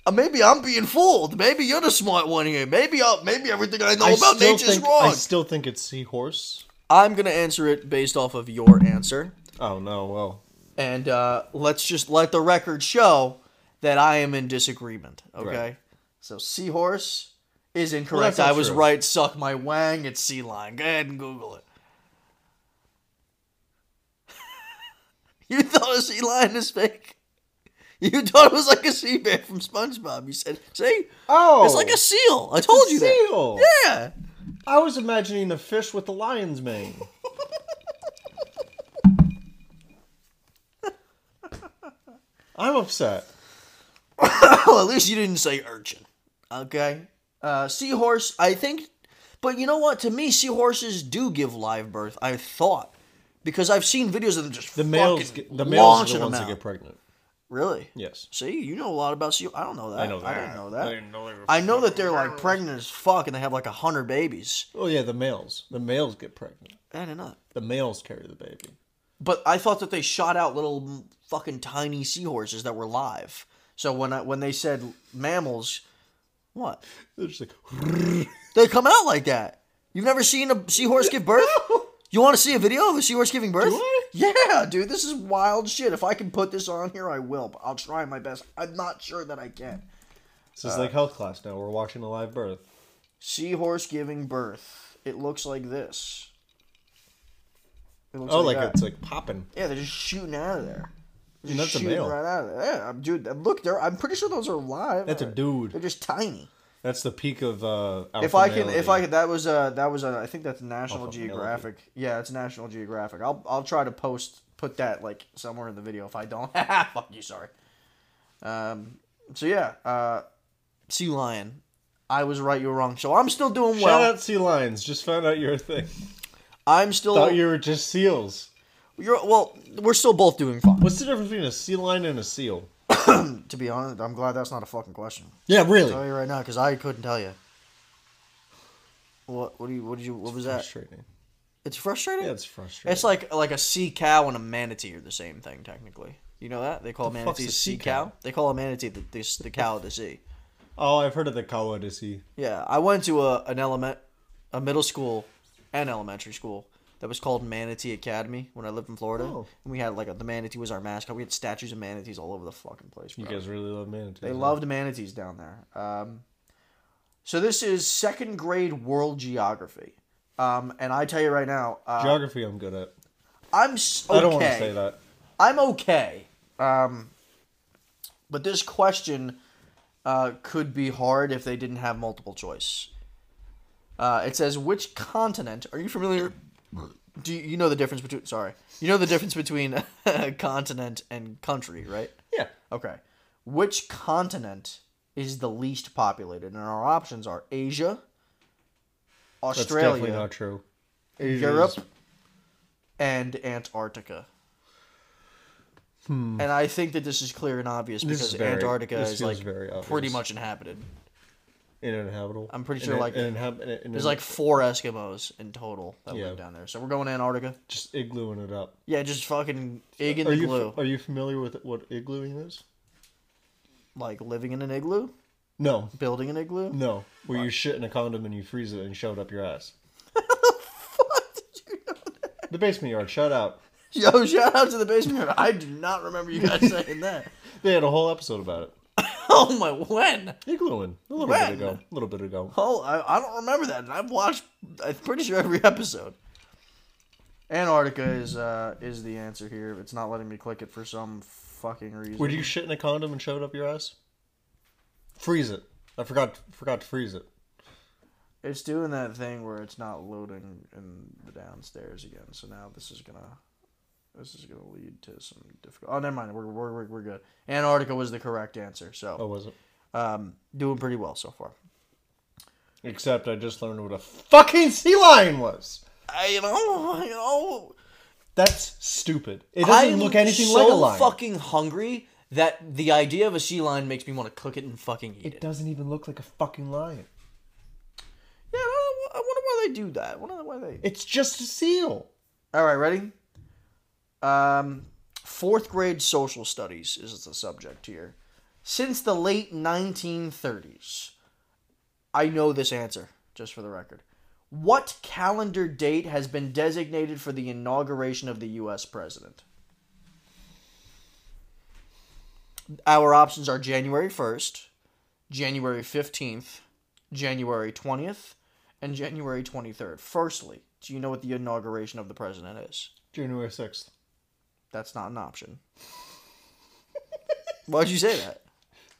S1: Uh, maybe I'm being fooled. Maybe you're the smart one here. Maybe i maybe everything I know
S2: I
S1: about
S2: still
S1: nature's
S2: think I
S1: wrong.
S2: still think it's seahorse.
S1: I'm gonna answer it based off of your answer,
S2: Oh no! Well,
S1: and uh, let's just let the record show that I am in disagreement. Okay.
S2: Right.
S1: So seahorse is incorrect.
S2: not
S1: I was
S2: true.
S1: right. Suck my wang. It's sea lion. Go ahead and Google it. you thought a sea lion is fake. You thought it was like a sea bear from SpongeBob. You said, "See,
S2: oh,
S1: It's like a seal. I told you that.
S2: seal.
S1: Yeah.
S2: I was imagining a fish with a lion's mane. I'm upset.
S1: Well, at least you didn't say urchin. Okay. Uh, seahorse, I think. But you know what? To me, seahorses do give live birth. I thought because I've seen videos of them just
S2: The males,
S1: fucking
S2: get, the males are
S1: launching
S2: the ones
S1: them
S2: that
S1: out.
S2: get pregnant.
S1: really.
S2: Yes.
S1: See, you know a lot about sea. I don't know that. I
S2: know
S1: I
S2: that.
S1: didn't know that.
S2: I didn't know they were
S1: I know that they're like pregnant as fuck, and they have like a hundred babies.
S2: Oh yeah, the males. The males get pregnant.
S1: I didn't know. that.
S2: The males carry the baby.
S1: But I thought that they shot out little m- fucking tiny seahorses that were live. So when I, when they said mammals, what?
S2: They're just like,
S1: They come out like that. You've never seen a seahorse give birth? You want to see a video of a seahorse giving birth?
S2: I?
S1: Yeah, dude, this is wild shit. If I can put this on here, I will. But I'll try my best. I'm not sure that I can.
S2: This is
S1: Uh.
S2: like health class now. We're watching a live birth.
S1: Seahorse giving birth. It looks like this. It looks
S2: Oh, like,
S1: that.
S2: it's like popping.
S1: Yeah, they're just shooting out of there. Just
S2: that's a
S1: shooting
S2: male.
S1: right out of there. Yeah, I'm- dude, I'm- look, they're, I'm pretty sure those are live.
S2: That's a
S1: They're
S2: dude.
S1: just tiny.
S2: That's the peak of uh. Alpha
S1: if I can,
S2: male
S1: if I
S2: dude.
S1: could, that was uh that was uh, I think that's National
S2: Alpha male.
S1: Geographic. Yeah, it's National Geographic. I'll I'll try to post put that like somewhere in the video. If I don't, fuck you, sorry. Um. So yeah, uh, sea lion. I was right, you were wrong. So I'm still doing
S2: Shout
S1: well.
S2: out sea lions. Just found out you're a thing.
S1: I'm still.
S2: Thought you were just seals.
S1: You're well. We're still both doing fine.
S2: What's the difference between a sea lion and a seal?
S1: To be honest, I'm glad that's not a fucking question.
S2: Yeah, really.
S1: I'll tell you right now because I couldn't tell you. What? What do you? What did you? What was that?
S2: Frustrating.
S1: It's frustrating.
S2: Yeah, it's frustrating.
S1: It's like like a sea cow and a manatee are the same thing technically. You know that they call
S2: The fuck's
S1: manatees
S2: a
S1: sea
S2: sea
S1: cow.
S2: cow?
S1: They call a manatee the the, the cow of the sea.
S2: oh, I've heard of the Kawa Odyssey.
S1: Yeah, I went to a an element, a middle school, and elementary school that was called Manatee Academy when I lived in Florida,
S2: Oh.
S1: and we had like a, the manatee was our mascot. We had statues of manatees all over the fucking place.
S2: You
S1: bro.
S2: guys really love manatees.
S1: They
S2: huh?
S1: loved manatees down there. Um, so this is second grade world geography, um, and I tell you right now, uh,
S2: geography. I'm good at.
S1: I'm s- okay.
S2: I don't want to say that.
S1: I'm okay. Um, but this question uh, could be hard if they didn't have multiple choice. Uh, it says, "Which continent are you familiar? Do you, you know the difference between? Sorry, you know the difference between continent and country, right?
S2: Yeah.
S1: Okay. Which continent is the least populated? And our options are Asia,
S2: That's
S1: Australia,
S2: definitely not true.
S1: Europe, and Antarctica. And I think that this is clear and obvious
S2: Hmm. This
S1: because
S2: is very-
S1: Antarctica
S2: this
S1: is like
S2: feels very obvious.
S1: pretty much inhabited.
S2: in uninhabitable.
S1: I'm pretty sure, like, There's
S2: there's
S1: like four Eskimos in total that
S2: Yeah.
S1: live down there. So we're going to Antarctica.
S2: just iglooing it up.
S1: Yeah, just fucking egg in
S2: Are
S1: the
S2: you
S1: glue.
S2: are you familiar with what iglooing is?
S1: Like living in an igloo,
S2: No,
S1: building an igloo.
S2: no. Where you shit in a condom and you freeze it and shove it up your ass. The basement yard. Shout out.
S1: Yo, shout out to the basement. I do not remember you guys saying that.
S2: They had a whole episode about it.
S1: Oh my, when?
S2: Iglooing a little
S1: When?
S2: bit ago. A little bit ago.
S1: Oh, I, I don't remember that. And I've watched, I'm pretty sure every episode. Antarctica is uh, is the answer here. It's not letting me click it for some fucking reason.
S2: Would you shit in a condom and shove it up your ass? Freeze it. I forgot forgot to freeze it.
S1: It's doing that thing where it's not loading in the downstairs again. So now this is gonna, this is gonna lead to some difficult. Oh, never mind. We're we're we're, we're good. Antarctica was the correct answer.
S2: Oh,
S1: So,
S2: was it?
S1: um, doing pretty well so far.
S2: Except I just learned what a fucking sea lion was.
S1: I you know you know.
S2: That's stupid. It doesn't
S1: I'm
S2: look anything
S1: so
S2: like a lion.
S1: fucking hungry that the idea of a sea lion makes me want to cook it and fucking eat it.
S2: It doesn't even look like a fucking lion.
S1: Yeah, I wonder- I wonder why they do that. I wonder why they.
S2: It's just a seal.
S1: All right, ready? Um, fourth grade social studies is the subject here. Since the late 1930s, I know this answer, just for the record. What calendar date has been designated for the inauguration of the U.S. president? Our options are January 1st, January 15th, January 20th, and January 23rd. Firstly, do you know what the inauguration of the president is?
S2: January 6th.
S1: That's not an option. Why'd you say that?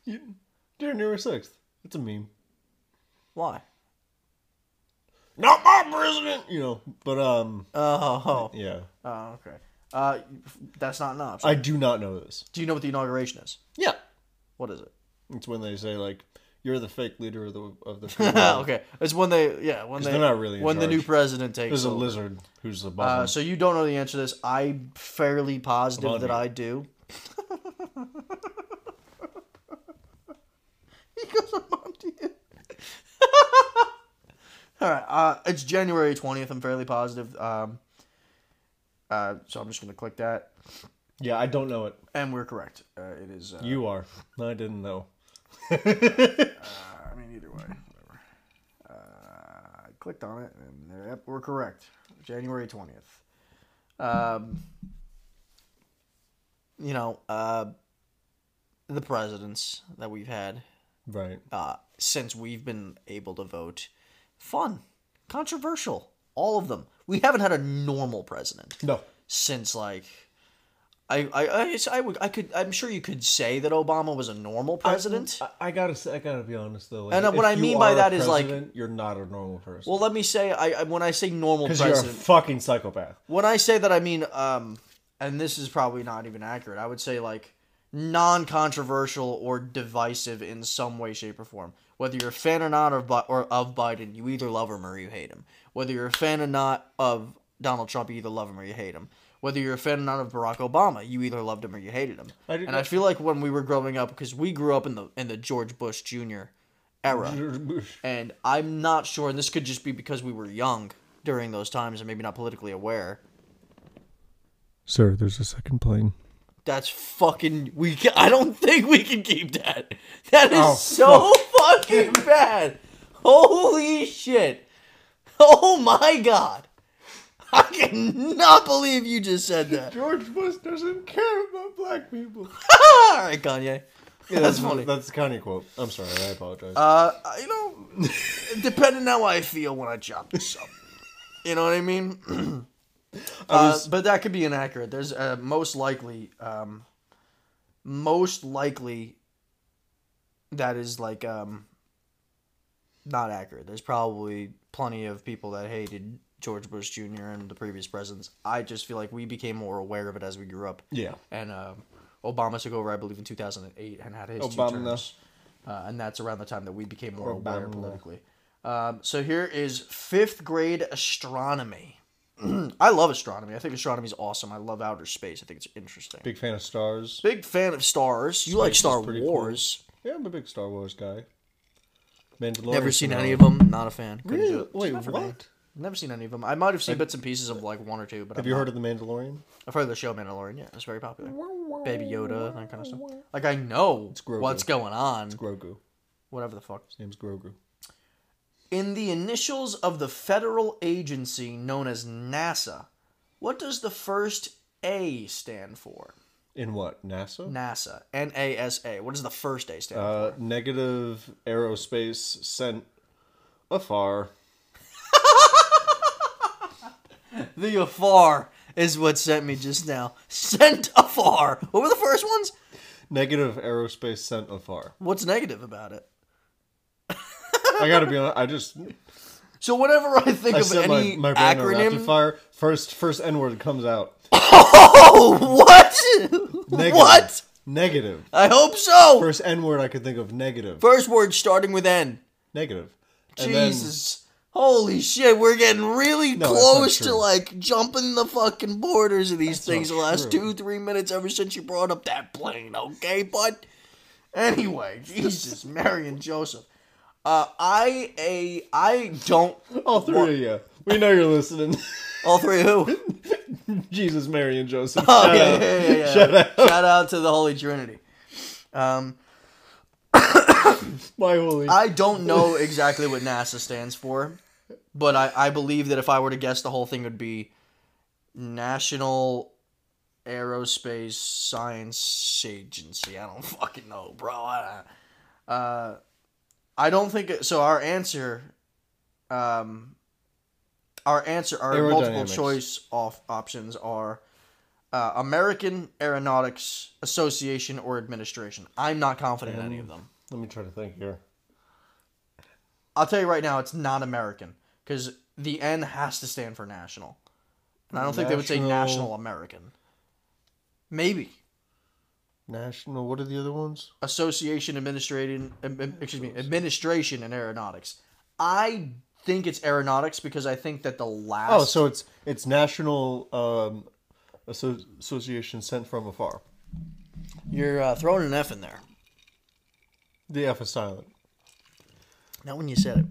S2: You- January 6th. It's a meme.
S1: Why?
S2: Not my president! You know, but, um,
S1: Oh,
S2: yeah.
S1: oh okay. Uh, that's not an option.
S2: I do not know this.
S1: do you know what the inauguration is?
S2: Yeah.
S1: What is it?
S2: It's when they say, like, you're the fake leader of the, of the people.
S1: okay, it's when they yeah when they
S2: they're not really in
S1: when the
S2: charge.
S1: new president takes
S2: There's a
S1: over.
S2: lizard who's above
S1: Uh,
S2: bottom.
S1: so you don't know the answer to this. I'm fairly positive
S2: Above
S1: that
S2: you.
S1: I do. he goes, I'm on to you. All right. Uh, it's January 20th. I'm fairly positive. Um, uh, so I'm just going to click that.
S2: Yeah, I don't know it.
S1: And we're correct. Uh, it is. Uh,
S2: You are. I didn't know.
S1: I mean, either way. Whatever. Uh, I clicked on it, and there- yep, we're correct. January 20th. Um, you know, uh, the presidents that we've had
S2: Right.
S1: uh, since we've been able to vote. Fun, controversial, all of them. We haven't had a normal president
S2: No.
S1: since like. I, I, I, it's- I, would, I could I'm sure you could say that Obama was a normal president.
S2: I, I gotta say, I gotta be honest though. Like,
S1: And, uh,
S2: if
S1: what I
S2: you
S1: mean by
S2: are a
S1: that is, like-
S2: president, you're not a normal person.
S1: well, let me say I, I when I say normal
S2: Because you're a
S1: president,
S2: fucking psychopath.
S1: when I say that I mean um and this is probably not even accurate. I would say like non-controversial or divisive in some way shape or form. Whether you're a fan or not of Bi- or of Biden, you either love him or you hate him. Whether you're a fan or not of Donald Trump, you either love him or you hate him. Whether you're a fan or not of Barack Obama, you either loved him or you hated him.
S2: I do
S1: and
S2: not-
S1: I feel like when we were growing up because we grew up in the in the George Bush Jr. era and I'm not sure, and this could just be because we were young during those times and maybe not politically aware.
S2: Sir, there's a second plane.
S1: That's fucking. We. Can, I don't think we can keep that. That is
S2: Oh,
S1: so fucking bad. Holy shit. Oh my god. I cannot believe you just said that.
S2: George Bush doesn't care about black people.
S1: All right, Kanye. that's funny.
S2: That's the Kanye quote. I'm sorry. I apologize.
S1: Uh, you know, depending how I feel when I chop this up. You know what I mean?
S2: I
S1: Uh, but that could be inaccurate. There's uh, most likely, um, most likely, that is like um, not accurate. There's probably plenty of people that hated George Bush Jr. and the previous presidents. I just feel like we became more aware of it as we grew up.
S2: yeah.
S1: And um, Obama took over, I believe, in 2008 and had his two
S2: Obama.
S1: terms. Uh, and that's around the time that we became more aware
S2: Obama.
S1: politically. Um, so here is fifth grade astronomy. I love astronomy. I think astronomy is awesome. I love outer space. I think it's interesting. Big,
S2: Big fan of stars.
S1: fan of stars. You like
S2: Space is
S1: Star
S2: pretty cool.
S1: Wars?
S2: Yeah, I'm a big Star Wars guy. Mandalorian.
S1: Never seen any of them. Not a fan. Couldn't do
S2: Really?
S1: it.
S2: Wait,
S1: Not for me.
S2: what?
S1: Never seen any of them. I might have seen bits and pieces of like one or two, but
S2: Have you heard of the Mandalorian?
S1: I've heard of the show Mandalorian. Yeah, it's very popular. Baby Yoda, that kind of stuff. Like I know
S2: Grogu.
S1: what's going on.
S2: Grogu.
S1: Whatever the fuck.
S2: His name's Grogu.
S1: In the initials of the federal agency known as NASA, what does the first A stand for?
S2: In what? NASA.
S1: NASA. N A S A. What does the first A stand
S2: Uh, negative aerospace sent afar.
S1: for? The afar is what sent me just now. Sent afar. What were the first ones?
S2: Negative aerospace sent afar.
S1: What's negative about it?
S2: I gotta be honest. I just
S1: So whenever I think
S2: I
S1: of
S2: said my
S1: any
S2: my brain on rapid
S1: acronym,
S2: fire. First first N word comes out.
S1: oh what?
S2: Negative.
S1: What?
S2: Negative.
S1: I hope so. First,
S2: First N word I could think of. Negative.
S1: word starting with N.
S2: Negative. And then-
S1: Jesus. Holy shit, we're getting really
S2: No, that's not
S1: close to
S2: true.
S1: like jumping the fucking borders of these things the
S2: not
S1: last
S2: true.
S1: two, three minutes ever since you brought up that plane, okay, bud? Anyway, Jesus, Mary and Joseph. Uh, I a I don't
S2: all three of you. We know you're listening.
S1: all three who?
S2: Jesus, Mary, and Joseph.
S1: Oh,
S2: Shout
S1: yeah,
S2: out.
S1: yeah, yeah, yeah.
S2: Shout out.
S1: Shout out to the Holy Trinity. Um,
S2: My holy.
S1: I don't know exactly what NASA stands for, but I, I believe that if I were to guess, the whole thing would be National Aerospace Science Agency. I don't fucking know, bro. I, uh, I don't think it, so. Our answer, um, our answer, our multiple
S2: Aerodynamics.
S1: choice off options are. Uh, American Aeronautics Association or Administration. I'm not confident in any of them.
S2: Let me try to think here.
S1: I'll tell you right now, it's not American because the N has to stand for national, and I don't think they would say
S2: National-
S1: national American. Maybe
S2: National. What are the other ones?
S1: association administrating, um, um, excuse me, administration and aeronautics. I think it's aeronautics because I think that the last.
S2: Oh, so it's it's National um, Asso- Association sent from afar.
S1: you're uh, throwing an F in there.
S2: The F is silent.
S1: Not when you said it.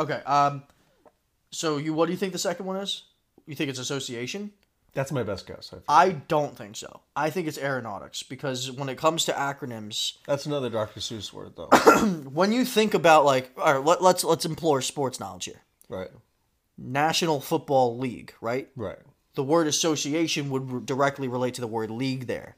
S1: Okay. Um. So you, what do you think the second one is? You think it's association?
S2: That's my best guess. I think.
S1: I don't think so. I think it's aeronautics because when it comes to acronyms,
S2: That's another Dr. Seuss word, though.
S1: when you think about like all right let, let's let's implore sports knowledge here
S2: right.
S1: national football league right
S2: Right.
S1: the word association would r- directly relate to the word league there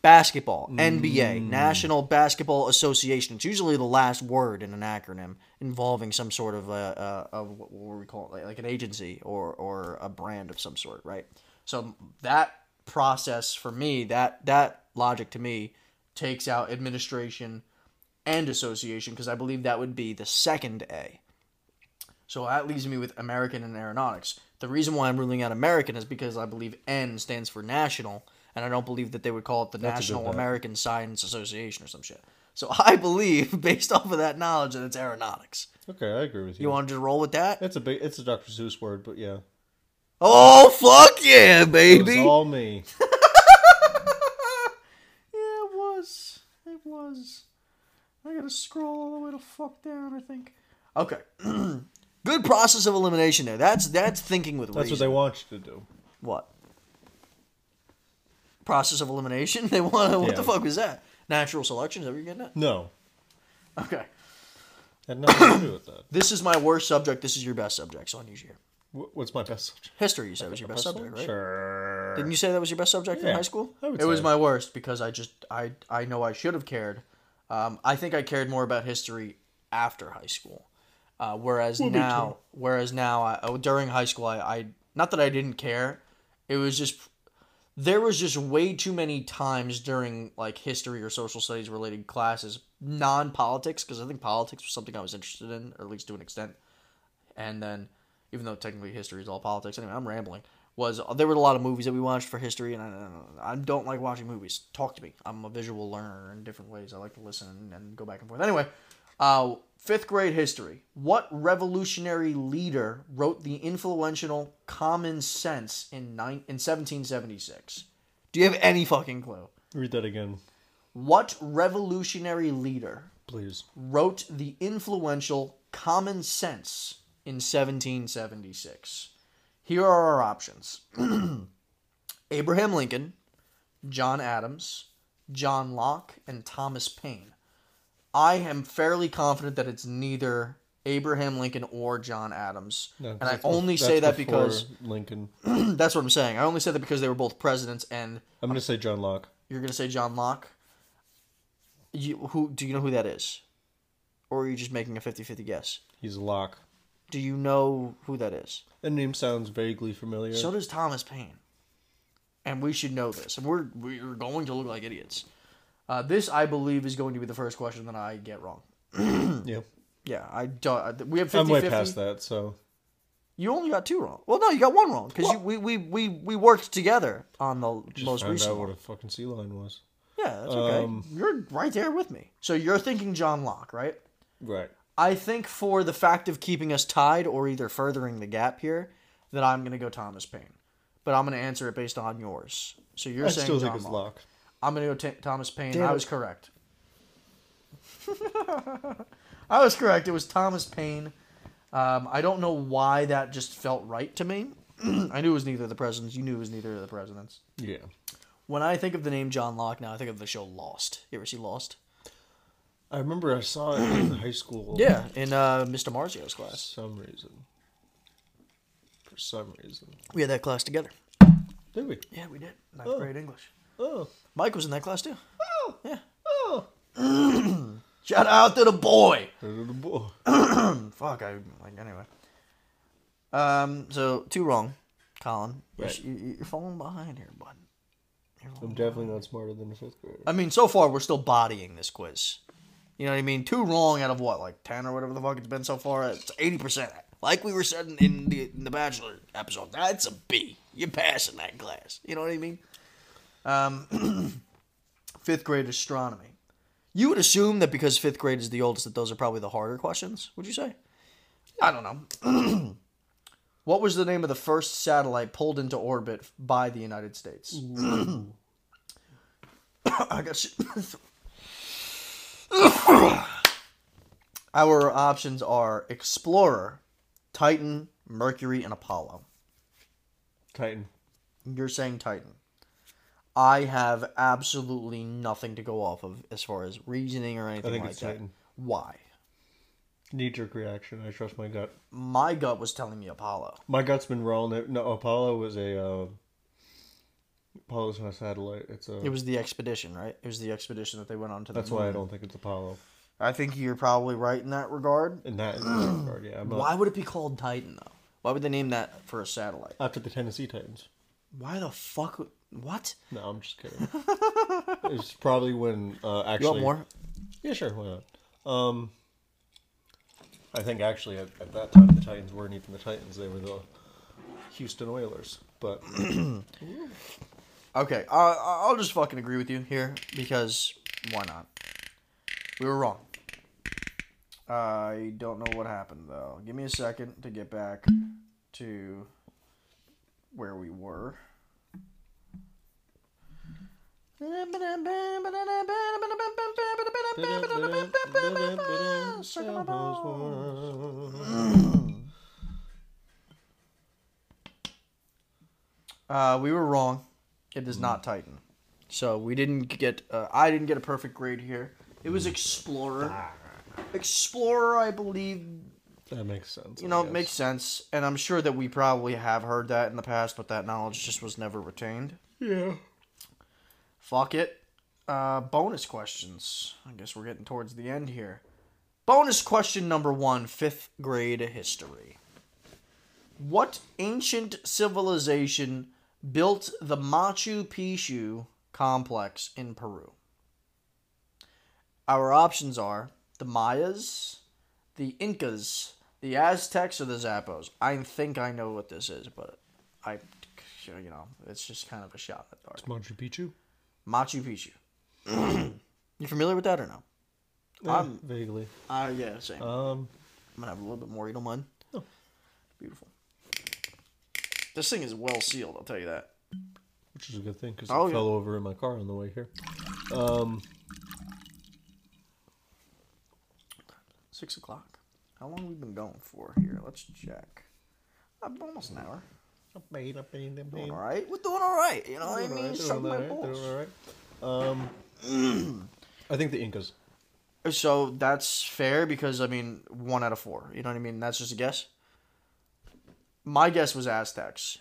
S1: basketball, NBA, National Basketball Association. It's usually the last word in an acronym involving some sort of a, a, a what would we call it, like, like an agency or or a brand of some sort, right? So that process for me, that that logic to me takes out administration and association because I believe that would be the second A. So that leaves me with American and aeronautics. The reason why I'm ruling out American is because I believe N stands for national, and I don't believe that they would call it the
S2: That's a good
S1: National
S2: bet.
S1: American Science Association or some shit. So I believe, based off of that knowledge, that it's aeronautics.
S2: Okay, I agree with you.
S1: You want to just roll with that?
S2: It's a big. It's a Dr. Seuss word, but yeah,
S1: Oh fuck yeah,
S2: it was
S1: baby!
S2: all me.
S1: Yeah, it was. It was. I gotta scroll all the way to fuck down. I think. Okay. Good process of elimination there. That's that's thinking with
S2: That's what
S1: reason.
S2: they want you to do.
S1: What? Process of elimination? They want to. What the
S2: Yeah.
S1: fuck was that? Natural selection? Is that what you're getting at?
S2: No,
S1: Okay.
S2: had nothing to do with that.
S1: This is my worst subject. This is your best subject. So on your year.
S2: Wh- What's my best subject?
S1: History, you said was your best subject, right?
S2: Sure.
S1: Didn't you say that was your best subject in
S2: Yeah,
S1: high school?
S2: I would
S1: it was
S2: say.
S1: my worst because I just I I know I should have cared. Um, I think I cared more about history after high school, uh, whereas now whereas now I, oh, during high school I, I not that I didn't care, it was just there was just way too many times during like history or social studies related classes non politics because I think politics was something I was interested in or at least to an extent and then even though technically history is all politics anyway i'm rambling was there were a lot of movies that we watched for history and I, I don't like watching movies talk to me i'm a visual learner in different ways i like to listen and go back and forth anyway uh, fifth grade history what revolutionary leader wrote the influential common sense in, nine, in 1776 do you have any fucking clue
S2: Read that again,
S1: what revolutionary leader
S2: please.
S1: wrote the influential Common Sense in 1776. Here are our options Abraham Lincoln, John Adams, John Locke, and Thomas Paine. I am fairly confident that it's neither Abraham Lincoln or John Adams.
S2: No,
S1: and I
S2: that's bef-
S1: only say that
S2: that's
S1: because
S2: before Lincoln.
S1: that's what I'm saying. I only say that because they were both presidents and
S2: I'm gonna say John Locke.
S1: you're gonna say John Locke. You who do you know who that is, or are you just making a 50-50 guess?
S2: He's a Locke.
S1: Do you know who that is?
S2: That name sounds vaguely familiar.
S1: So does Thomas Paine, and we should know this. And we're we're going to look like idiots. Uh, this I believe is going to be the first question that I get wrong.
S2: yeah,
S1: Yeah, I don't. We have 50
S2: I'm way past that. So
S1: You only got two wrong. Well, no, you got one wrong because we, we we we worked together on the
S2: just
S1: most
S2: found
S1: recent.
S2: out
S1: one.
S2: what a fucking sea lion was.
S1: Yeah, that's okay.
S2: Um,
S1: you're right there with me. So you're thinking John Locke, right?
S2: Right.
S1: I think for the fact of keeping us tied or either furthering the gap here, that I'm going to go Thomas Paine. But I'm going to answer it based on yours. So you're
S2: I
S1: saying
S2: still
S1: John
S2: think it's
S1: Locke.
S2: Locke.
S1: I'm going to go t- Thomas Paine.
S2: Damn
S1: I
S2: it.
S1: was correct. I was correct. It was Thomas Paine. Um, I don't know why that just felt right to me. I knew it was neither of the presidents. You knew it was neither of the presidents.
S2: Yeah.
S1: When I think of the name John Locke now, I think of the show Lost. You ever see Lost?
S2: I remember I saw it in high school.
S1: Yeah, in uh, Mr. Marzio's class.
S2: some reason. For some reason.
S1: We had that class together.
S2: Did we?
S1: Yeah, we did. Ninth
S2: Oh.
S1: grade English.
S2: Oh.
S1: Mike was in that class too.
S2: Oh.
S1: Yeah.
S2: Oh.
S1: Shout out to the boy.
S2: Little boy.
S1: Fuck, I like anyway. Um, so two wrong, Colin. You're,
S2: Right.
S1: you- you're falling behind here, bud. You're falling
S2: I'm definitely not smarter than a fifth grader.
S1: I mean, so far we're still bodying this quiz. You know what I mean? Two wrong out of what, like ten or whatever the fuck it's been so far. It's eighty percent. Like we were said in- in the in the Bachelor episode, that's a B. You're passing that class. You know what I mean? Um, fifth grade astronomy. You would assume that because fifth grade is the oldest, that those are probably the harder questions. Would you say? I don't know. what was the name of the first satellite pulled into orbit by the United States? I got shit. Our options are Explorer, Titan, Mercury, and Apollo.
S2: Titan.
S1: You're saying Titan. I have absolutely nothing to go off of as far as reasoning or anything
S2: think
S1: like
S2: it's
S1: that.
S2: Titan.
S1: Why?
S2: Knee jerk reaction. I trust my gut.
S1: My gut was telling me Apollo.
S2: My gut's been wrong. No, Apollo was a uh, Apollo's not a satellite. It's a.
S1: It was the expedition, right? It was the expedition that they went on to. The
S2: Hmm. that's why I
S1: moon.
S2: don't think it's Apollo.
S1: I think you're probably right in that regard.
S2: In that in that regard, yeah. I'm not,
S1: Why would it be called Titan though? Why would they name that for a satellite?
S2: After the Tennessee Titans.
S1: Why the fuck? would- What?
S2: No, I'm just kidding. it's probably when uh,
S1: You want
S2: actually.
S1: more?
S2: Yeah, sure. Why not? Um, I think actually at, at that time the Titans weren't even the Titans; they were the Houston Oilers. But
S1: Okay, uh, I- I'll just fucking agree with you here because why not? We were wrong. I don't know what happened though. Give me a second to get back to where we were. Circle my balls. Uh, we were wrong. It is not Titan. So we didn't get. Uh, I didn't get a perfect grade here. It was Explorer. Explorer, I believe.
S2: that makes sense.
S1: You
S2: I
S1: know,
S2: guess.
S1: makes sense, and I'm sure that we probably have heard that in the past, but that knowledge just was never retained.
S2: yeah.
S1: Fuck it. Uh, bonus questions. I guess we're getting towards the end here. Bonus question number one: Fifth grade history. What ancient civilization built the Machu Picchu complex in Peru? Our options are the Mayas, the Incas, the Aztecs, or the Zappos. I think I know what this is, but I, you know, it's just kind of a shot in the dark.
S2: Machu Picchu.
S1: Machu Picchu. you familiar with that or no?
S2: Yeah, vaguely.
S1: Uh, yeah, same. Oh.
S2: Um,
S1: I'm gonna have a little bit more. You don't mind?
S2: No.
S1: Beautiful. This thing is well sealed. I'll tell you that.
S2: which is a good thing because
S1: Oh,
S2: it
S1: yeah.
S2: fell over in my car on the way here.
S1: Six o'clock. How long we been going for here? Let's check. Uh, almost an hour. Doing all right. We're doing all right. You know what I
S2: Doing all
S1: mean?
S2: right,
S1: Suck
S2: doing
S1: my
S2: all right, doing all
S1: balls.
S2: right. Um, I think the Incas.
S1: So that's fair because I mean one out of four. You know what I mean? That's just a guess. My guess was Aztecs,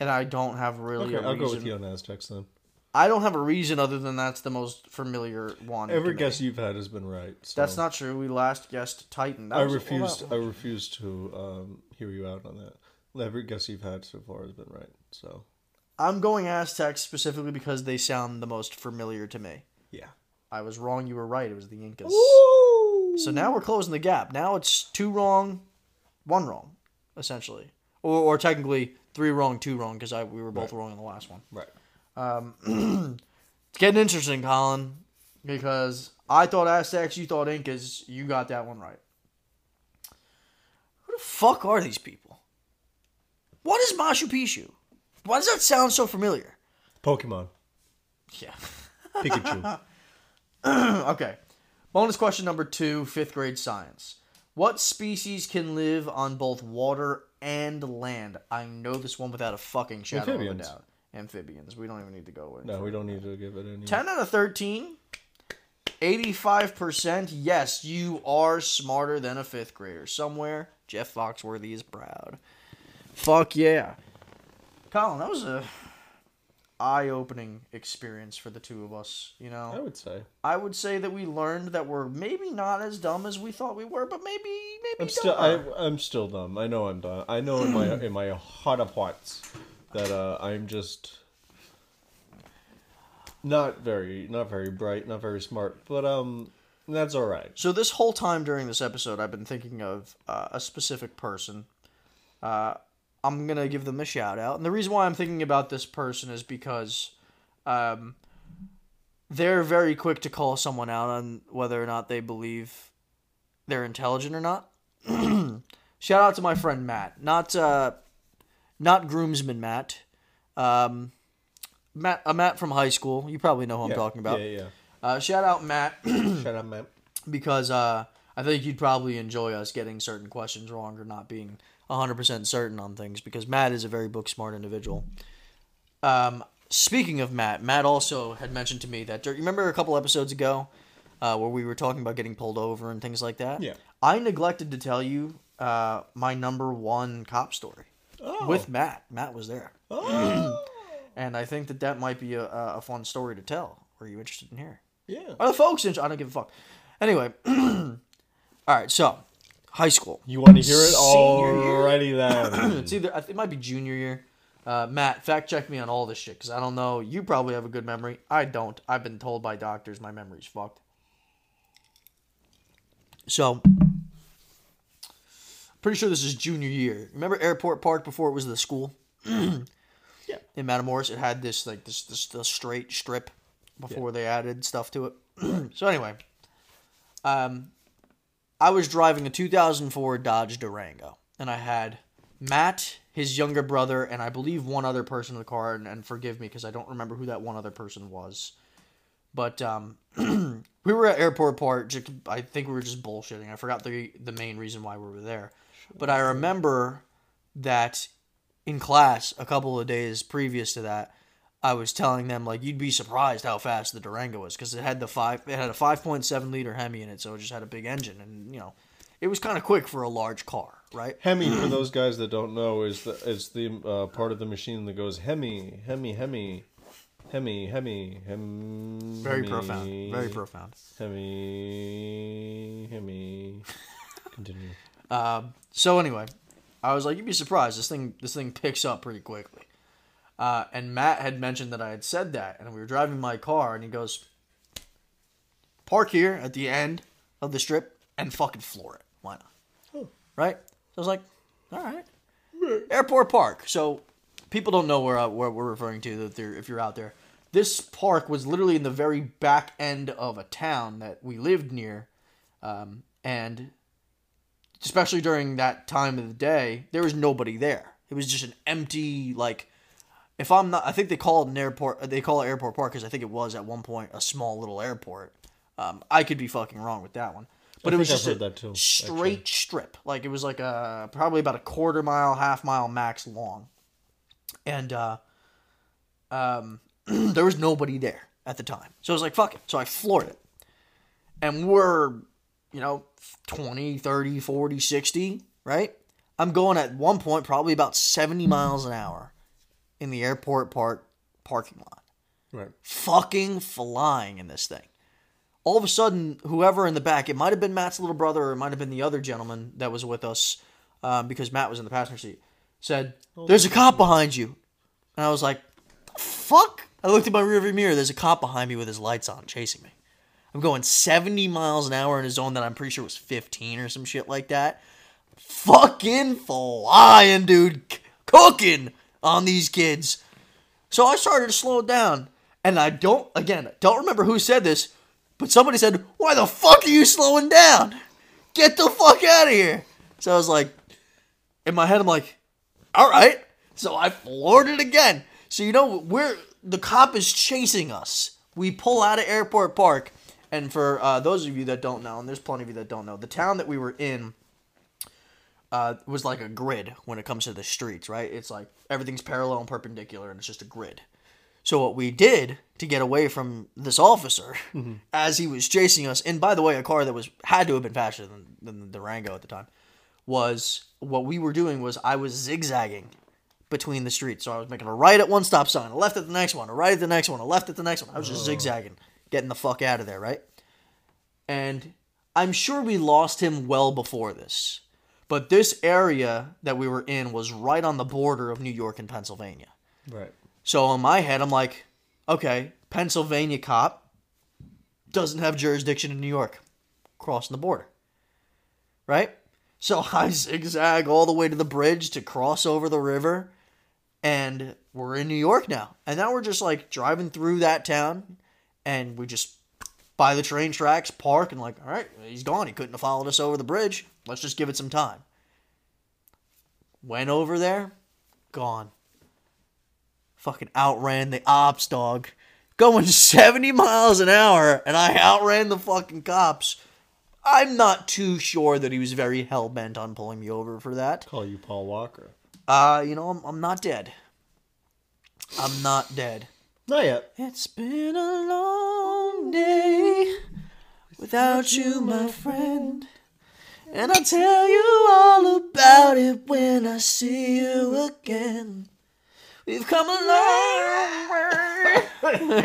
S1: and I don't have really.
S2: Okay,
S1: a
S2: I'll go with
S1: reason-
S2: you on Aztecs then.
S1: I don't have a reason other than that's the most familiar one. to
S2: Every
S1: me.
S2: guess you've had has been right. So.
S1: That's not true. We last guessed Titan. That
S2: I
S1: was- well,
S2: refuse.
S1: that-
S2: I refuse to um, hear you out on that. Every guess you've had so far has been right. So
S1: I'm going Aztecs specifically because they sound the most familiar to me.
S2: yeah.
S1: I was wrong. You were right. It was the Incas. So now we're closing the gap. Now it's two wrong, one wrong, essentially, or, or technically three wrong, two wrong because I we were both wrong on the last one.
S2: Right.
S1: It's getting interesting, Colin, because I thought Aztecs, you thought Incas, you got that one right. Who the fuck are these people? What is Machu Picchu? Why does that sound so familiar?
S2: Pokemon,
S1: Yeah.
S2: Pikachu.
S1: okay. Bonus question number two, fifth grade science. What species can live on both water and land? I know this one without a fucking shadow
S2: Amphibians.
S1: of a doubt. Amphibians. We don't even need to go in.
S2: no, we don't need to give it any.
S1: 10 out of 13 85% yes you are smarter than a fifth grader somewhere jeff foxworthy is proud fuck yeah colin that was a eye-opening experience for the two of us you
S2: I
S1: know
S2: would say
S1: i would say that we learned that we're maybe not as dumb as we thought we were but maybe maybe
S2: I'm still. I,
S1: dumber.
S2: I'm still dumb. I know I'm dumb. I know in my in my heart of hearts that uh, I'm just not very not very bright, not very smart. But um, that's all right.
S1: So this whole time during this episode, I've been thinking of uh, a specific person. Uh, I'm gonna give them a shout out, and the reason why I'm thinking about this person is because um, they're very quick to call someone out on whether or not they believe they're intelligent or not. shout out to my friend Matt, not uh, not groomsman Matt, um, Matt a Matt from high school. You probably know who I'm talking about.
S2: Yeah,
S1: Uh, shout out Matt
S2: yeah. Shut up, man.
S1: because uh, I think you'd probably enjoy us getting certain questions wrong or not being 100% certain on things because Matt is a very book smart individual. Um, speaking of Matt, Matt also had mentioned to me that dur- remember a couple episodes ago uh, where we were talking about getting pulled over and things like that?
S2: Yeah.
S1: I neglected to tell you uh, my number one cop story
S2: Oh.
S1: with Matt. Matt was there. And I think that that might be a, a fun story to tell. Are you interested in hearing?
S2: Yeah.
S1: Are the folks interested? I don't give a fuck. Anyway, all right. So, high school.
S2: You want to hear it?
S1: Senior year.
S2: Alrighty then.
S1: it's either I th- it might be junior year. Uh, Matt, fact check me on all this shit because I don't know. You probably have a good memory. I don't. I've been told by doctors my memory's fucked. So, pretty sure this is junior year. Remember Airport Park before it was the school?
S2: Yeah.
S1: In Matamoros, it had this like this this, this straight strip before they added stuff to it. so anyway, um, I was driving a 2004 Dodge Durango, and I had Matt, his younger brother, and I believe one other person in the car. And, and forgive me because I don't remember who that one other person was. But um, we were at Airport Park. Just, I think we were just bullshitting. I forgot the the main reason why we were there. But I remember that in class a couple of days previous to that, I was telling them like you'd be surprised how fast the Durango was because it had the five it had a five point seven liter Hemi in it, so it just had a big engine, and you know, it was kind of quick for a large car, right?
S2: Hemi, for those guys that don't know, is the is the uh, part of the machine that goes Hemi, Hemi, Hemi, Hemi, Hemi, Hemi.
S1: Very profound. Very profound.
S2: Hemi, Hemi. Continue.
S1: So anyway, I was like, you'd be surprised. This thing, this thing picks up pretty quickly. Uh, and Matt had mentioned that I had said that, and we were driving my car, and he goes, "Park here at the end of the strip and fucking floor it. Why not? Right?" So I was like, "All right." Airport Park. So people don't know where I, where we're referring to if, they're, if you're out there. This park was literally in the very back end of a town that we lived near, um, and especially during that time of the day, there was nobody there. It was just an empty like. If I'm not, I think they call it an airport. They call it airport park because I think it was at one point a small little airport. Um, I could be fucking wrong with that one, but it was
S2: think I've
S1: just
S2: heard
S1: a
S2: that too, actually.
S1: straight strip. Like it was like a probably about a quarter mile, half mile max long, and uh, um, there was nobody there at the time. So I was like, "Fuck it." So I floored it, and we're you know 20 30 40 60 right i'm going at one point probably about 70 miles an hour in the airport park parking lot
S2: Right.
S1: fucking flying in this thing all of a sudden whoever in the back it might have been matt's little brother or it might have been the other gentleman that was with us um, because matt was in the passenger seat said there's a cop behind you and i was like "The fuck i looked at my rearview mirror there's a cop behind me with his lights on chasing me I'm going 70 miles an hour in a zone that I'm pretty sure was 15 or some shit like that. Fucking flying, dude. C- Cooking on these kids. So I started to slow down. And I don't, again, don't remember who said this, but somebody said, Why the fuck are you slowing down? Get the fuck out of here. So I was like, In my head, I'm like, all right. So I floored it again. So you know we're the cop is chasing us. We pull out of Airport Park, and for uh, those of you that don't know, and there's plenty of you that don't know, the town that we were in uh, was like a grid when it comes to the streets, right? It's like everything's parallel and perpendicular, and it's just a grid. So what we did to get away from this officer as he was chasing us, and by the way, a car that was had to have been faster than, than the Durango at the time, was what we were doing was I was zigzagging between the streets. So I was making a right at one stop sign, a left at the next one, a right at the next one, a left at the next one. I was just zigzagging, getting the fuck out of there, right? And I'm sure we lost him well before this. But this area that we were in was right on the border of New York and Pennsylvania.
S2: Right.
S1: So in my head, I'm like, okay, Pennsylvania cop doesn't have jurisdiction in New York, crossing the border, right? So I zigzag all the way to the bridge to cross over the river, and we're in New York now. And now we're just like driving through that town, and we just by the train tracks, park, and like, all right, he's gone. He couldn't have followed us over the bridge. Let's just give it some time. Went over there, gone fucking outran the ops dog going 70 miles an hour and i outran the fucking cops i'm not too sure that he was very hell-bent on pulling me over for that
S2: Call you Paul Walker.
S1: uh you know i'm, I'm not dead i'm not dead
S2: Not yet.
S1: it's been a long day without you, my friend. And I'll tell you all about it when I see you again. We've come a long way.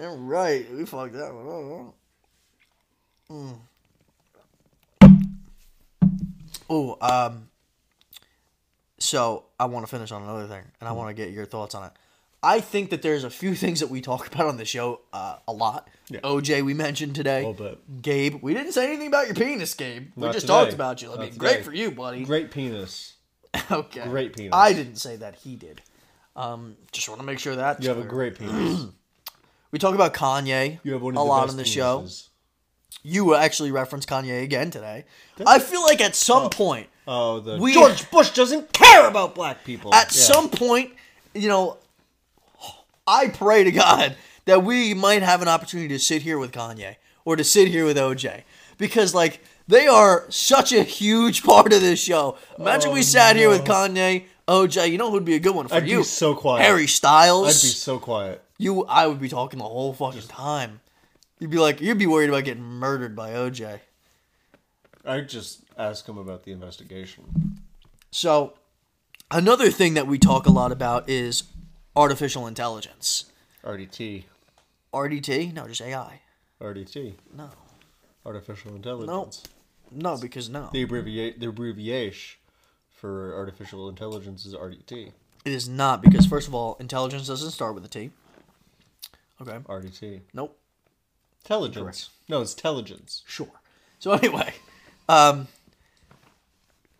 S1: All right, we fucked that one. up. Mm. Oh, Hmm. um, so I want to finish on another thing, and I want to get your thoughts on it. I think that there's a few things that we talk about on the show uh, a lot.
S2: Yeah.
S1: OJ, we mentioned today.
S2: A little bit.
S1: Gabe, we didn't say anything about your penis, Gabe. we
S2: Not
S1: just
S2: today.
S1: talked about you. I
S2: Not
S1: mean,
S2: today.
S1: great for you, buddy.
S2: Great penis.
S1: Okay.
S2: Great penis.
S1: I didn't say that. He did. Um, just want to make sure that
S2: You have a great penis.
S1: We talk about Kanye
S2: You have one
S1: a
S2: of the
S1: lot
S2: best
S1: on the show.
S2: penises.
S1: You actually reference Kanye again today. I feel like at some point,
S2: Oh, the
S1: We-
S2: George Bush doesn't care about black people.
S1: at
S2: Yeah.
S1: some point, you know, I pray to God that we might have an opportunity to sit here with Kanye or to sit here with OJ because like they are such a huge part of this show. Imagine we sat here with Kanye, OJ. You know who'd be a good one for
S2: Oh, I'd be
S1: you?
S2: so quiet.
S1: Harry
S2: I'd be
S1: Styles.
S2: so quiet.
S1: You, I would be talking the whole fucking time. You'd be like, you'd be worried about getting murdered by OJ.
S2: I'd just ask him about the investigation.
S1: So, another thing that we talk a lot about is artificial intelligence.
S2: RDT.
S1: RDT? No, just AI.
S2: RDT.
S1: No,
S2: Artificial intelligence.
S1: no, because no,
S2: The abbreviate the abbreviation for artificial intelligence is RDT.
S1: it is not. Because first of all, intelligence doesn't start with a T. Okay.
S2: RDT.
S1: Nope.
S2: Intelligence. No, it's intelligence.
S1: Sure. So anyway, um,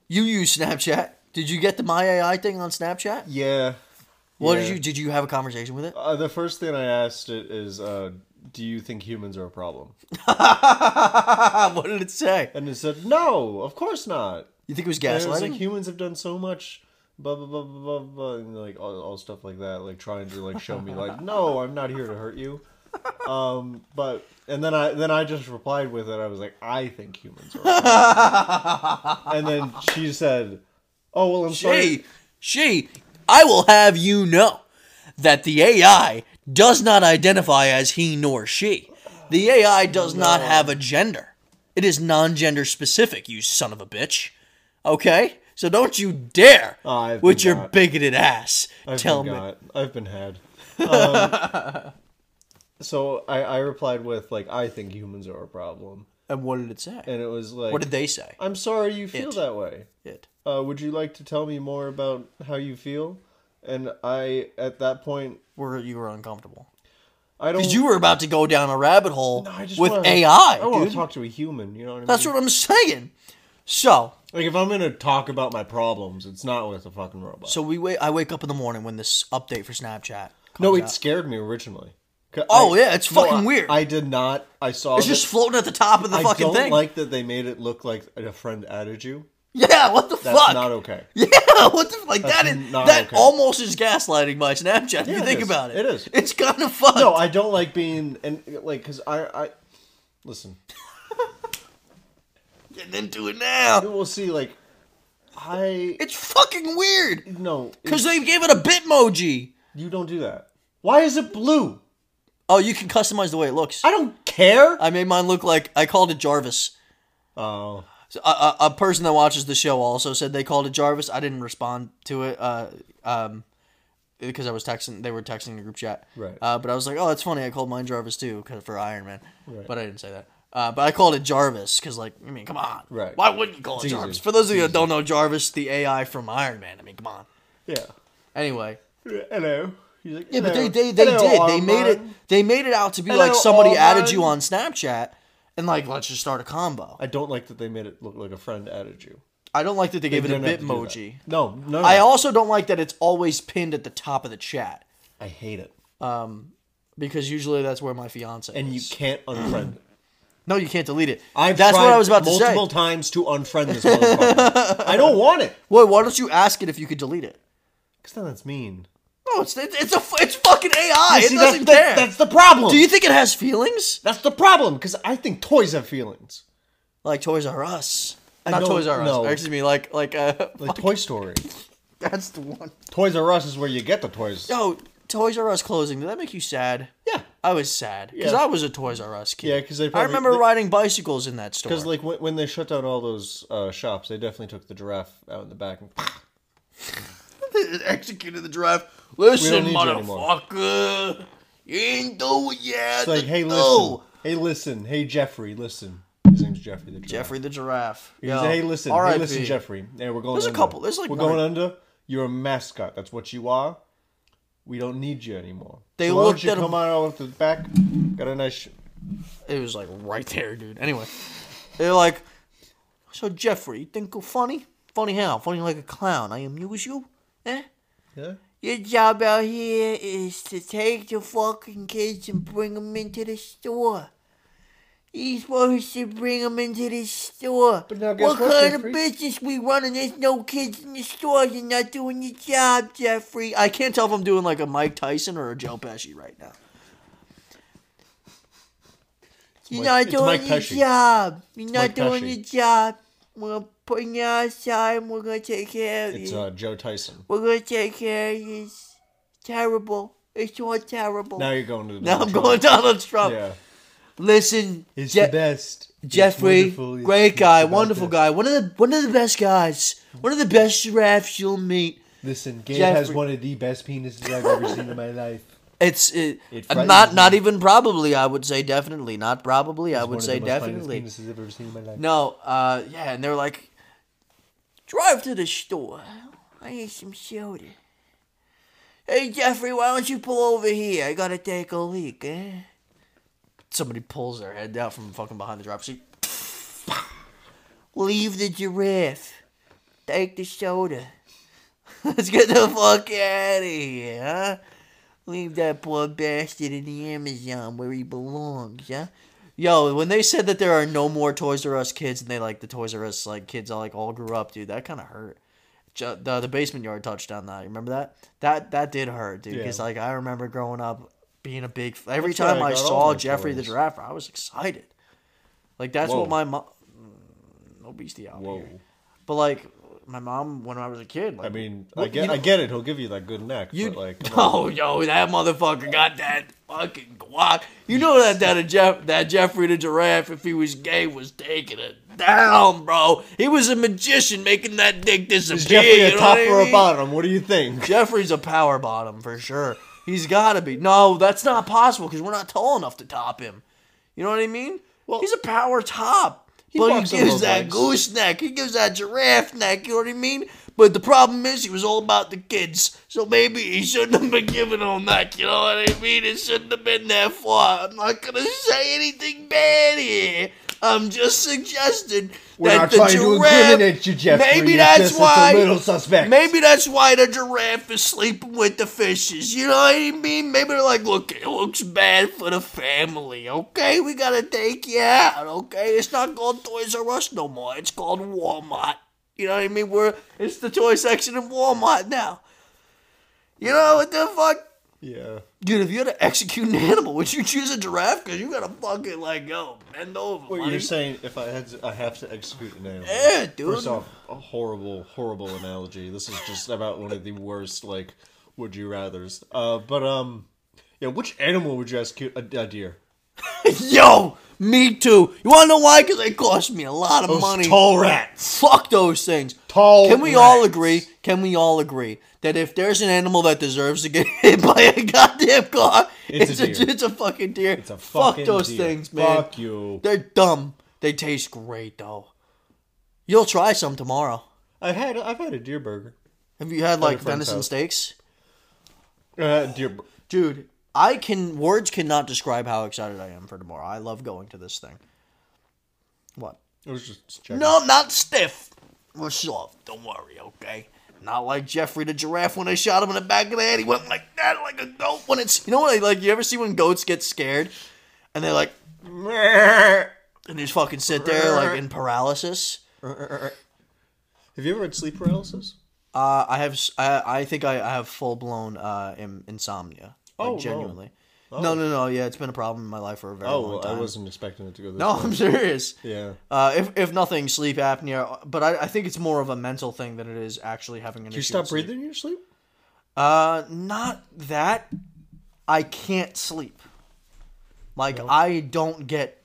S1: you use Snapchat. Did you get the my AI thing on Snapchat?
S2: Yeah.
S1: What
S2: Yeah.
S1: did you? Did you have a conversation with it?
S2: Uh, the first thing I asked it is, uh, do you think humans are a problem?
S1: Ah, what did it say?
S2: And it said, no, of course not.
S1: You think it was
S2: And it was
S1: gaslighting?
S2: like humans have done so much, blah blah blah blah blah, blah and like all, all stuff like that, like trying to like show me like, no, I'm not here to hurt you. Um, but and then I then I just replied with it. I was like, I think humans are. and then she said, Oh well, I'm sorry.
S1: she, she, I will have you know that the AI does not identify as he nor she. The AI does not have a gender. It is non-gender specific, you son of a bitch. Okay? So don't you dare
S2: I've
S1: with
S2: been
S1: your
S2: got.
S1: bigoted ass
S2: I've
S1: tell
S2: been
S1: me.
S2: got. I've been had. Um, so I, I replied with like, I think humans are a problem,
S1: And what did it say?
S2: and it was like,
S1: what did they say?
S2: I'm sorry you feel
S1: It.
S2: that way.
S1: It.
S2: uh, would you like to tell me more about how you feel? And I, at that point,
S1: Where you were uncomfortable.
S2: I don't.
S1: Because you were about to go down a rabbit hole
S2: I just
S1: with
S2: wanna-
S1: AI,
S2: I want
S1: dude.
S2: to talk to a human. You know what I mean?
S1: That's what I'm saying. So,
S2: Like if I'm gonna talk about my problems, it's not with a fucking robot.
S1: So we wait. I wake up in the morning when this update for Snapchat.
S2: no,
S1: comes
S2: it
S1: out.
S2: scared me originally. 'Cause
S1: Oh, yeah, it's
S2: no,
S1: fucking
S2: I-
S1: weird.
S2: I did not. I saw.
S1: it's
S2: that-
S1: just floating at the top of the
S2: I
S1: fucking
S2: don't
S1: thing.
S2: like that they made it look like a friend added you.
S1: yeah, what the
S2: That's
S1: fuck?
S2: not okay.
S1: yeah, what the like that is
S2: not
S1: that
S2: okay.
S1: almost is gaslighting by Snapchat. if
S2: Yeah,
S1: you
S2: it
S1: think
S2: is.
S1: about it,
S2: It is.
S1: It's kind of fun.
S2: No, I don't like being and like because I I listen.
S1: Getting into it now.
S2: We'll see. Like I
S1: It's fucking weird
S2: no
S1: because they gave it a Bitmoji.
S2: You don't do that. Why is it blue?
S1: Oh, you can customize the way it looks.
S2: I don't care.
S1: I made mine look like I called it Jarvis.
S2: Oh,
S1: a, a, a person that watches the show also said they called it Jarvis. I didn't respond to it uh, um, because I was texting. They were texting the group chat.
S2: Right.
S1: Uh, but I was like, oh, that's funny. I called mine Jarvis too 'cause- for Iron Man.
S2: Right.
S1: But I didn't say that. Uh, but I called it Jarvis because, like, I mean, come on.
S2: Right.
S1: Why wouldn't you call it
S2: It's easy.
S1: Jarvis? For those of you that don't know, Jarvis, the AI from Iron Man. I mean, come on.
S2: yeah.
S1: Anyway.
S2: Hello. He's like,
S1: Yeah, but
S2: "Hello.
S1: they they, they
S2: Hello,
S1: did. They
S2: Armand."
S1: made it. They made it out to be
S2: Hello,
S1: like somebody added
S2: Armand.
S1: you on Snapchat, and like let's just start a combo.
S2: I don't like that they made it look like a friend added you.
S1: I don't like that they gave it a
S2: You don't have to do
S1: Bitmoji.
S2: that. No, no.
S1: I
S2: I,
S1: also don't like that it's always pinned at the top of the chat
S2: I hate it.
S1: because usually that's where my fiance
S2: And you
S1: is.
S2: can't unfriend it.
S1: no, you can't delete it.
S2: I've
S1: that's what
S2: tried
S1: I was about to say.
S2: multiple times to unfriend this motherfucker. I don't want it.
S1: Well, why don't you ask it if you could delete it?
S2: Because then that's mean.
S1: No, it's it's it's a f- it's fucking AI.
S2: See,
S1: it
S2: that's,
S1: doesn't
S2: that's-
S1: care.
S2: that's the problem.
S1: Do you think it has feelings
S2: that's the problem. Because I think toys have feelings.
S1: like Toys R Us?
S2: I
S1: Not
S2: know-
S1: Toys R Us.
S2: no.
S1: Excuse me. Like like uh.
S2: Like Toy Story.
S1: that's the one.
S2: Toys R Us is where you get the toys.
S1: Yo, oh, Toys R Us closing. Did that make you sad?
S2: Yeah.
S1: I was sad because
S2: Yeah.
S1: I was a Toys R Us kid.
S2: Yeah, 'cause they
S1: I
S2: probably-
S1: remember
S2: they-
S1: riding bicycles in that store.
S2: Because like when, when they shut down all those uh, shops, they definitely took the giraffe out in the back. And
S1: executed the drive.
S2: We
S1: Listen,
S2: don't need you anymore."
S1: motherfucker, you ain't do it yet.
S2: It's like, hey, listen,
S1: No.
S2: hey, listen, hey, Jeffrey, listen. His name's Jeffrey. The giraffe.
S1: Jeffrey the giraffe.
S2: He said,
S1: Yo,
S2: hey, listen, hey,
S1: R.I.P..
S2: listen, Jeffrey. Hey, we're going.
S1: There's a
S2: under.
S1: couple- there's, like,
S2: we're
S1: nine-
S2: going under. You're a mascot. That's what you are. We don't need you anymore.
S1: They
S2: so why
S1: looked
S2: don't you
S1: at him-
S2: come on out to the back? Got a nice. sh-
S1: It was like right there, dude. Anyway, they're like, so Jeffrey, you think you're funny? Funny how? Funny like a clown. I amuse you? Eh?
S2: Yeah.
S1: Your job out here is to take the fucking kids and bring them into the store. You're supposed to bring them into the store.
S2: But now guess
S1: what
S2: what,
S1: kind
S2: Jeffrey?
S1: of business we running? There's no kids in the store. You're not doing your job, Jeffrey. I can't tell if I'm doing like a Mike Tyson or a Joe Pesci right now. You're
S2: Mike-
S1: not
S2: it's
S1: doing
S2: Mike
S1: your
S2: Pesci.
S1: job. You're not
S2: Mike
S1: doing
S2: Pesci.
S1: your job. We're gonna put you outside and we're gonna take care of
S2: It's
S1: you.
S2: uh, Joe Tyson.
S1: We're gonna take care of you. It's terrible. It's all terrible.
S2: Now you're going to. The
S1: Now I'm going Donald Trump.
S2: Yeah.
S1: Listen,
S2: It's
S1: Je-
S2: the best. It's
S1: Jeffrey,
S2: wonderful. It's-
S1: great
S2: it's
S1: guy,
S2: about
S1: wonderful
S2: this.
S1: guy, one of the one of the best guys, one of the best giraffes you'll meet.
S2: Listen, Gabe has
S1: Jeffrey.
S2: one of the best penises I've ever seen in my life.
S1: It's it, uh,
S2: It frightens
S1: not not
S2: me.
S1: even probably. I would say definitely not probably. I would
S2: One of
S1: say
S2: the most finest
S1: definitely.
S2: Penises I've ever seen in my life.
S1: No, uh, yeah, and they're like, drive to the store. I need some soda. Hey, Jeffrey, why don't you pull over here? I gotta take a leak, eh? Somebody pulls their head out from fucking behind the driver's seat. Leave the giraffe. Take the soda. Let's get the fuck out of here, huh? Leave that poor bastard in the Amazon where he belongs, huh? Yo, when they said that there are no more Toys R Us kids and they like the Toys R Us like kids all like all grew up, dude, that kind of hurt. Ju- The, the basement yard touchdown, though, you remember that? That that did hurt, dude, because
S2: Yeah.
S1: like I remember growing up being a big f- every
S2: That's where I
S1: time I,
S2: got all
S1: saw
S2: my
S1: Jeffrey the
S2: toys.
S1: Giraffe, I was excited. Like that's
S2: Whoa.
S1: what my mom. No beastie out
S2: Whoa.
S1: here. But like my mom, when I was a kid, like
S2: I mean, I
S1: Well,
S2: get,
S1: you know-
S2: I get it. He'll give you that good neck.
S1: you
S2: but like, come on.
S1: oh yo, that motherfucker got that fucking guac. You know that that a Jeff that Jeffrey the giraffe, if he was gay, was taking it down, bro. He was a magician making that dick disappear.
S2: Is Jeffrey
S1: you
S2: a
S1: know what
S2: top
S1: I
S2: or a
S1: mean?
S2: bottom? What do you think?
S1: Jeffrey's a power bottom for sure. He's got to be. No, that's not possible because we're not tall enough to top him. You know what I mean?
S2: Well-
S1: he's a power top.
S2: He
S1: but
S2: walks
S1: he
S2: on
S1: gives
S2: those
S1: that
S2: legs.
S1: goose neck. He gives that giraffe neck. You know what I mean? But the problem is, he was all about the kids. So maybe he shouldn't have been giving on that. You know what I mean? It shouldn't have been that far. I'm not going to say anything bad here. I'm just suggesting
S2: We're
S1: that
S2: not
S1: the
S2: trying to
S1: giraffe.
S2: incriminate you, Jeffrey.
S1: Maybe
S2: It's
S1: that's
S2: just- it's a
S1: why.
S2: little suspect.
S1: Maybe that's why the giraffe is sleeping with the fishes. You know what I mean? Maybe they're like, look, it looks bad for the family. Okay, we gotta take you out. Okay, it's not called Toys R Us no more. It's called Walmart. You know what I mean? We're it's the toy section of Walmart now. You know what the fuck?
S2: Yeah.
S1: Dude, if you had to execute an animal, would you choose a giraffe? Because you gotta fucking like go bend over.
S2: What
S1: buddy.
S2: you're saying? If I had, to, I have to execute an animal.
S1: Yeah, dude.
S2: First off, a horrible, horrible analogy. This is just about one of the worst. Like, would you rather's? Uh, but um, yeah. Which animal would you execute? A, a deer.
S1: Yo, me too. You wanna know why? Because they cost me a lot of
S2: Those
S1: money.
S2: tall rats.
S1: Fuck those things.
S2: Tall
S1: Can we
S2: rats.
S1: all agree? Can we all agree that if there's an animal that deserves to get hit by a goddamn car,
S2: It's a deer.
S1: it's a fucking deer.
S2: It's a
S1: Fuck
S2: fucking
S1: those
S2: deer.
S1: things, man.
S2: Fuck you.
S1: They're dumb. They taste great though. You'll try some tomorrow.
S2: I had, I've had a deer burger.
S1: Have you had like
S2: a friend's
S1: venison
S2: house.
S1: steaks?
S2: Uh, deer. bur-
S1: Dude, I can words cannot describe how excited I am for tomorrow. I love going to this thing. What?
S2: It was just checking.
S1: No, not stiff. We're soft. Don't worry, okay? Not like Jeffrey the giraffe when they shot him in the back of the head. He went like that, like a goat when it's. You know what? I Like you ever see when goats get scared, and they like, and they just fucking sit there like in paralysis.
S2: Have you ever had sleep paralysis?
S1: Uh, I have. s- I, I think I, I have full blown uh, in, insomnia. Like,
S2: Oh, no.
S1: genuinely. No, no, no. Yeah, it's been a problem in my life for a very
S2: Oh,
S1: long
S2: well, I
S1: time.
S2: wasn't expecting it to go this
S1: no,
S2: way.
S1: I'm serious.
S2: Yeah.
S1: Uh, if, if nothing, sleep apnea. But I, I think it's more of a mental thing than it is actually having an
S2: Do you
S1: issue.
S2: stop
S1: with sleep.
S2: breathing in your sleep?
S1: Uh, not that. I can't sleep. Like I don't get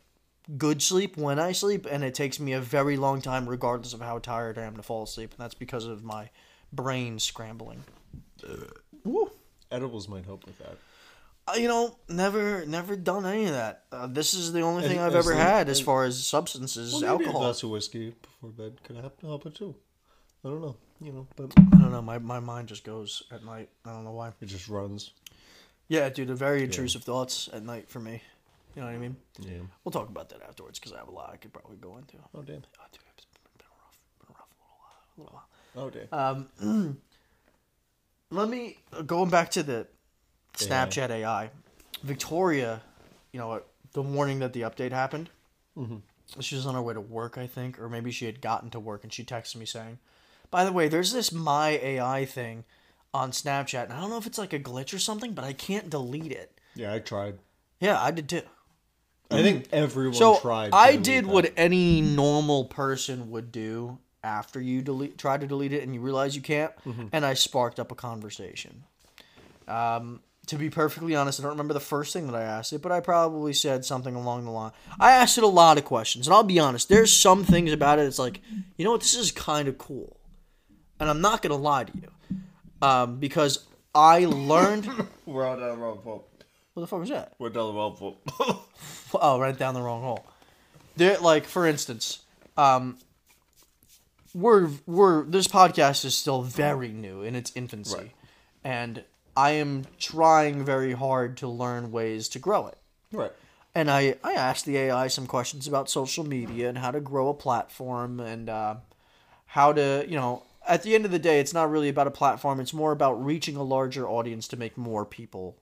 S1: good sleep when I sleep, and it takes me a very long time, regardless of how tired I am, to fall asleep, and that's because of my brain scrambling. Woo.
S2: Edibles might help with that.
S1: Uh, You know, never, never done any of that. Uh, this is the only
S2: And-
S1: thing I've
S2: and
S1: ever
S2: so-
S1: had as
S2: and-
S1: far as substances,
S2: Well,
S1: is
S2: maybe
S1: alcohol.
S2: a glass of whiskey before bed could help, help it too. I don't know. You know, but
S1: I don't know. My, my mind just goes at night. I don't know why.
S2: it just runs.
S1: Yeah, dude, they're very intrusive thoughts at night for me. You know what I mean?
S2: Yeah.
S1: We'll talk about that afterwards because I have a lot I could probably go into. Oh,
S2: Oh damn.
S1: dude, it's been a rough, been a rough little while. Little while.
S2: Oh damn.
S1: Let me uh, going back to the Snapchat AI. Victoria, you know, what, the morning that the update happened, she was on her way to work, I think, or maybe she had gotten to work, and she texted me saying, "By the way, there's this my AI thing on Snapchat, and I don't know if it's like a glitch or something, but I can't delete it."
S2: yeah, I tried.
S1: Yeah, I did too.
S2: I think everyone
S1: So
S2: tried. to
S1: I
S2: delete
S1: did
S2: that.
S1: what any normal person would do after you delete try to delete it and you realize you can't, and I sparked up a conversation. Um, to be perfectly honest, I don't remember the first thing that I asked it, but I probably said something along the line. I asked it a lot of questions, and I'll be honest, there's some things about it. It's like, you know what, this is kind of cool, and I'm not gonna lie to you, um, because I learned.
S2: We're on the wrong foot.
S1: what the fuck was that?
S2: We're on the wrong foot.
S1: oh, right down the wrong hole. There, like for instance, um, we're we're this podcast is still very new in its infancy,
S2: Right.
S1: and I am trying very hard to learn ways to grow it.
S2: right.
S1: And I I asked the AI some questions about social media and how to grow a platform and uh, how to you know at the end of the day it's not really about a platform it's more about reaching a larger audience to make more people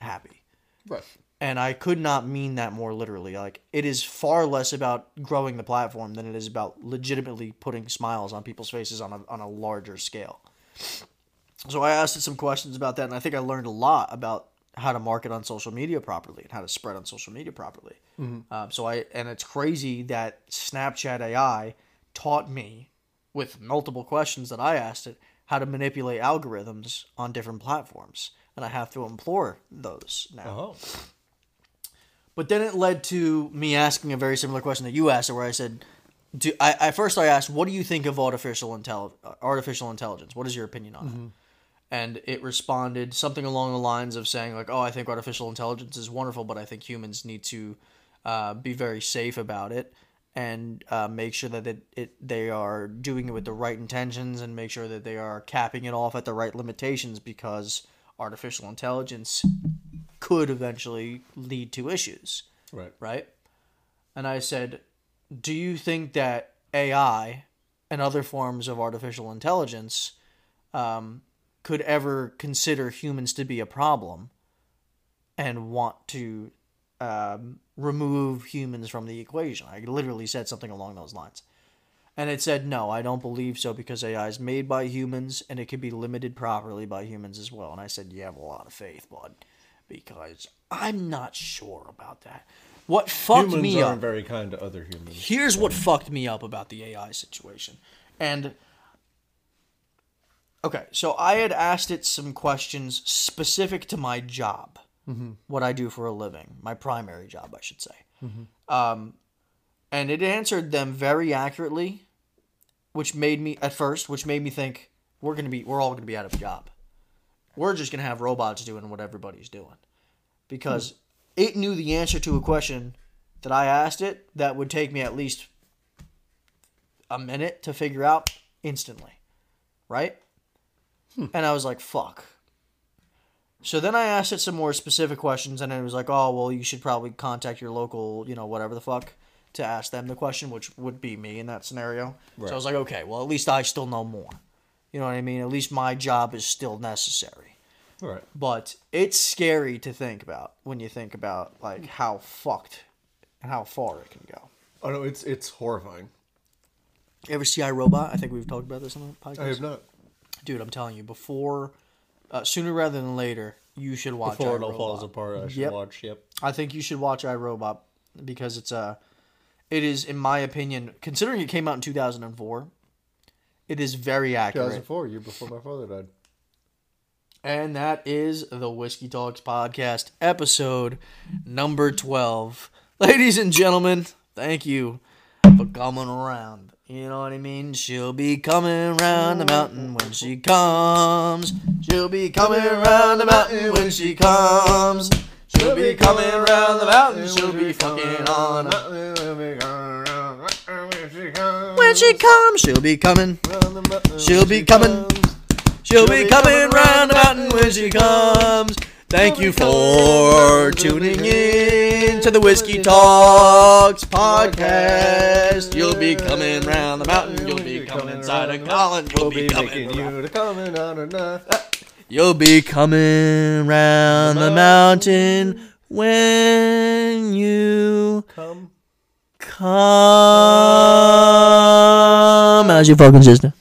S1: happy
S2: Right.
S1: and I could not mean that more literally. Like it is far less about growing the platform than it is about legitimately putting smiles on people's faces on a on a larger scale. So I asked it some questions about that, and I think I learned a lot about how to market on social media properly and how to spread on social media properly. Um, so I and it's crazy that Snapchat AI taught me with multiple questions that I asked it how to manipulate algorithms on different platforms, and I have to implore those now.
S2: Oh.
S1: But then it led to me asking a very similar question that you asked, where I said, "Do I, I first I asked, what do you think of artificial intelli- uh, artificial intelligence? What is your opinion on it?" And it responded something along the lines of saying, "Like, oh, I think artificial intelligence is wonderful, but I think humans need to uh, be very safe about it." And uh, make sure that it, it they are doing it with the right intentions, and make sure that they are capping it off at the right limitations, because artificial intelligence could eventually lead to issues,
S2: Right.
S1: right? And I said, Do you think that AI and other forms of artificial intelligence um, could ever consider humans to be a problem and want to um, remove humans from the equation? I literally said something along those lines. And it said, no, I don't believe so because AI is made by humans and it can be limited properly by humans as well. And I said, you have a lot of faith, bud, because I'm not sure about that. What fucked
S2: Humans
S1: me
S2: aren't
S1: up?
S2: very kind to other humans.
S1: Here's what fucked me up about the AI situation. And okay, so I had asked it some questions specific to my job, what I do for a living, my primary job, I should say. Um, and it answered them very accurately, which made me at first, which made me think we're gonna be, we're all gonna be out of a job. We're just gonna have robots doing what everybody's doing because it knew the answer to a question that I asked it that would take me at least a minute to figure out instantly, right? And I was like, fuck. So then I asked it some more specific questions, and it was like, oh, well, you should probably contact your local, you know, whatever the fuck, to ask them the question, which would be me in that scenario. So I was like, okay, well, at least I still know more. You know what I mean? At least my job is still necessary
S2: Right.
S1: but it's scary to think about when you think about like how fucked and how far it can go.
S2: Oh no, it's it's horrifying.
S1: You ever see iRobot? I think we've talked about this on the podcast.
S2: I have not.
S1: Dude, I'm telling you, before uh, sooner rather than later, you should watch
S2: Before it all
S1: iRobot.
S2: falls apart, I should
S1: Yep.
S2: watch. Yep.
S1: I think you should watch iRobot because it's a it is in my opinion, considering it came out in 2004, it is very accurate.
S2: 2004, year before my father died.
S1: And that is the Whiskey Talks podcast episode number 12. Ladies and gentlemen, thank you for coming around. You know what I mean? She'll be coming round the mountain when she comes. She'll be coming round the mountain when she comes. She'll be coming round the mountain. She'll be fucking on. up. When she comes, she'll be coming. she'll be coming. She'll be coming round the mountain when she comes. Thank you for tuning in to the Whiskey Talks podcast. You'll be coming round the mountain. You'll be coming inside of Colin. You'll
S2: We'll
S1: be
S2: be
S1: coming.
S2: making you to coming on and on.
S1: You'll be coming round the mountain when you
S2: Come.
S1: come. How's your fucking sister?